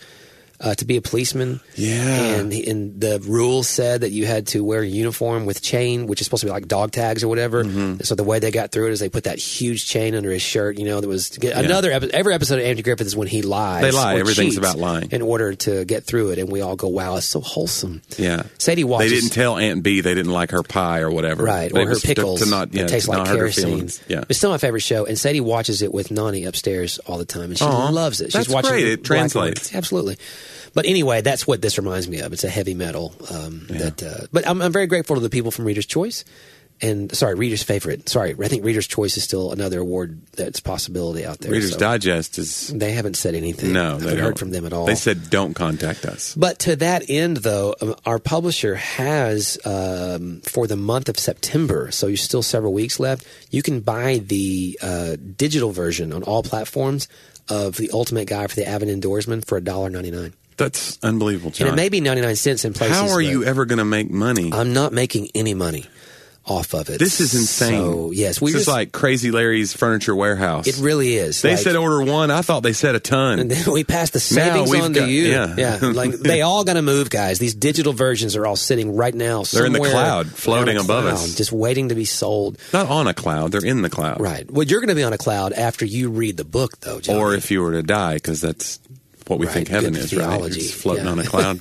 S1: uh, to be a policeman.
S2: Yeah.
S1: and he- and the rule said that you had to wear a uniform with chain, which is supposed to be like dog tags or whatever.
S2: Mm-hmm.
S1: So the way they got through it is they put that huge chain under his shirt. You know, that was another epi- every episode of Andy Griffith is when he lies.
S2: They lie.
S1: or
S2: Everything's
S1: cheats
S2: about lying.
S1: in order to get through it, and we all go, "Wow, it's so wholesome."
S2: Yeah.
S1: Sadie
S2: They
S1: watches.
S2: didn't tell Aunt B they didn't like her pie or whatever.
S1: Right,
S2: They
S1: or her
S2: was to-
S1: pickles
S2: To, not, yeah,
S1: that taste
S2: to
S1: like
S2: not hurt her
S1: kerosene.
S2: feelings. Yeah.
S1: It's still my favorite show, and Sadie watches it with Nani upstairs all the time, and she
S2: Aw,
S1: loves it. She's
S2: that's
S1: watching
S2: great. It
S1: Black and White.
S2: translates.
S1: absolutely. But anyway, that's what this reminds me of. It's a heavy metal. Um, That, uh, but I'm, I'm very grateful to the people from Reader's Choice, and sorry, Reader's Favorite. Sorry, I think Reader's Choice is still another award that's a possibility out there.
S2: Reader's
S1: so
S2: Digest is
S1: They haven't said anything.
S2: no.
S1: I
S2: They
S1: haven't
S2: don't.
S1: heard from them at all.
S2: They said don't contact us.
S1: But to that end, though, um, our publisher has um, for the month of September, so you're still several weeks left. You can buy the uh, digital version on all platforms of the Ultimate Guide for the Avid Indoorsman for $1.99.
S2: That's unbelievable,
S1: And
S2: John.
S1: it may be 99 cents in places.
S2: How are
S1: but
S2: you ever going to make money?
S1: I'm not making any money off of it.
S2: This is insane.
S1: So, yes, we
S2: this
S1: just
S2: is like Crazy Larry's Furniture Warehouse.
S1: it really is.
S2: they
S1: Like,
S2: said order one. I thought they said a ton.
S1: we passed the savings
S2: we've
S1: on to
S2: got-
S1: you.
S2: yeah.
S1: like they all got to move, guys. These digital versions are all sitting right now.
S2: They're in the
S1: somewhere
S2: cloud, floating
S1: on a
S2: above
S1: cloud,
S2: us.
S1: just waiting to be sold.
S2: Not on a cloud. They're in the cloud.
S1: Right. Well, you're going to be on a cloud after you read the book, though. John.
S2: Or if you were to die, because that's what we
S1: Right,
S2: think heaven
S1: good
S2: is, right?
S1: theology.
S2: You're just floating
S1: Yeah.
S2: on a cloud.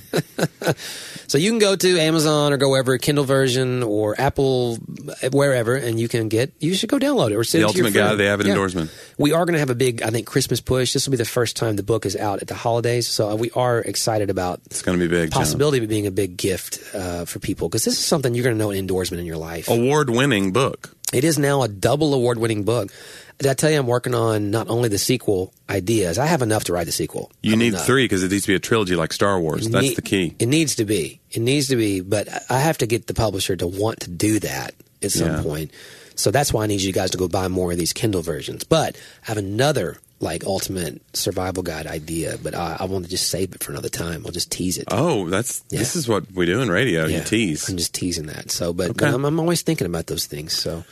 S1: So you can go to Amazon or go wherever, Kindle version or Apple, uh, wherever, and you can get. You should go download it or send
S2: The
S1: it to your
S2: ultimate guy,
S1: friend.
S2: the avid
S1: Yeah.
S2: endorsement.
S1: We are going to have a big, I think, Christmas push. This will be the first time the book is out at the holidays, so we are excited about the
S2: It's going to be big. John.
S1: possibility of it being a big gift uh, for people because this is something you're going to know an endorsement in your life.
S2: Oh. Award-winning book.
S1: It is now a double award-winning book. Did I tell you I'm working on not only the sequel ideas? I have enough to write the sequel.
S2: You
S1: I have
S2: need
S1: enough.
S2: three because it needs to be a trilogy like Star Wars. That's
S1: Ne-
S2: the key.
S1: It needs to be. It needs to be. But I- I have to get the publisher to want to do that at some
S2: Yeah.
S1: point. So that's why I need you guys to go buy more of these Kindle versions. But I have another like ultimate survival guide idea, but I, I want to just save it for another time. I'll just tease it.
S2: Oh, that's this is what we do in radio.
S1: Yeah.
S2: You tease.
S1: I'm just teasing that. So, but,
S2: Okay.
S1: but I'm, I'm always thinking about those things. So,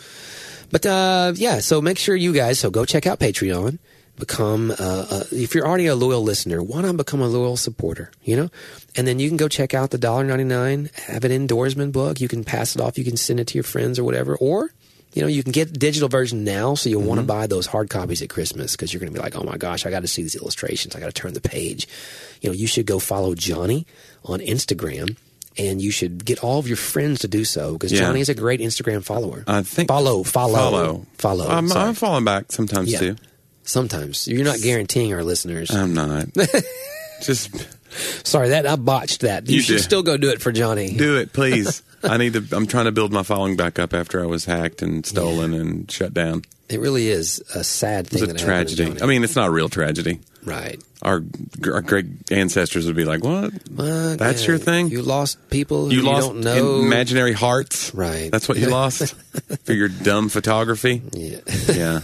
S1: but uh, yeah, so make sure you guys, so go check out Patreon. Become, uh, uh, if you're already a loyal listener, why not become a loyal supporter, you know? And then you can go check out the $1.99, have an endorsement book. You can pass it off. You can send it to your friends or whatever. Or, you know, you can get the digital version now. So you'll want
S2: Mm-hmm.
S1: to buy those hard copies at Christmas because you're going to be like, oh my gosh, I got to see these illustrations. I got to turn the page. You know, you should go follow Johnny on Instagram and you should get all of your friends to do so because
S2: Yeah.
S1: Johnny is a great Instagram follower.
S2: I think
S1: follow, follow,
S2: follow,
S1: follow.
S2: I'm,
S1: Sorry.
S2: I'm falling back sometimes
S1: Yeah.
S2: too.
S1: Sometimes you're not guaranteeing our listeners.
S2: I'm not. just
S1: Sorry that I botched that. You,
S2: You
S1: should
S2: did.
S1: still go do it for Johnny.
S2: do it, please. I need to. I'm trying to build my following back up after I was hacked and stolen and shut down.
S1: It really is a sad thing.
S2: It's a
S1: that happened to
S2: tragedy.
S1: Johnny.
S2: I mean, it's not a real tragedy.
S1: right?
S2: Our our great ancestors would be like, "What?
S1: Well,
S2: That's
S1: yeah,
S2: your thing?
S1: You lost people. who
S2: You lost
S1: don't know.
S2: imaginary hearts?
S1: Right.
S2: That's what you lost for your dumb photography.
S1: Yeah.
S2: Yeah.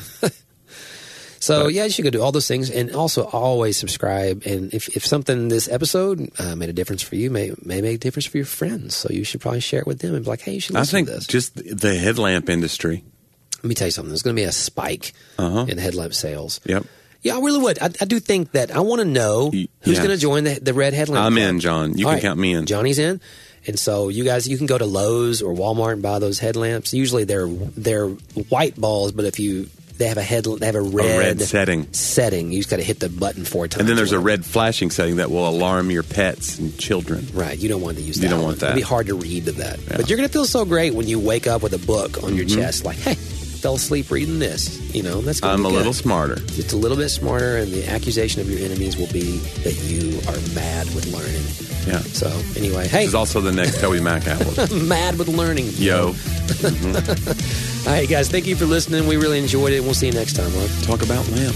S1: So yeah, you should go do all those things, and also always subscribe. And if, if something this episode uh, made a difference for you, may may make a difference for your friends. So you should probably share it with them and be like, hey, you should
S2: I
S1: listen
S2: think
S1: to this.
S2: just the headlamp industry.
S1: Let me tell you something. There's going to be a spike
S2: Uh-huh.
S1: in headlamp sales.
S2: Yep.
S1: Yeah, I really would. I, I do think that I want to know
S2: Y-
S1: who's
S2: yeah.
S1: going to join the, the red headlamp.
S2: I'm
S1: club.
S2: in, John. You
S1: All
S2: can
S1: right.
S2: count me in.
S1: Johnny's in, and so you guys, you can go to Lowe's or Walmart and buy those headlamps. Usually they're they're white balls, but if you they have a head they have a red,
S2: red setting.
S1: setting. You just got to hit the button four times.
S2: And then there's
S1: or
S2: a red flashing setting that will alarm your pets and children.
S1: Right, you don't want to use that.
S2: You don't
S1: one.
S2: want that.
S1: It'd be hard to read to that. But you're going to feel so great when you wake up with a book on your
S2: Mm-hmm.
S1: chest, like, hey, fell asleep reading this. You know, that's gonna
S2: I'm
S1: be
S2: a
S1: good.
S2: little smarter.
S1: It's a little bit smarter, and the accusation of your enemies will be that you are mad with learning.
S2: Yeah.
S1: So, anyway, hey,
S2: This is also the next Toby Mac album.
S1: mad with learning.
S2: Yo,
S1: All right, guys, thank you for listening. We really enjoyed it, and we'll see you next time, huh?
S2: talk about lamp.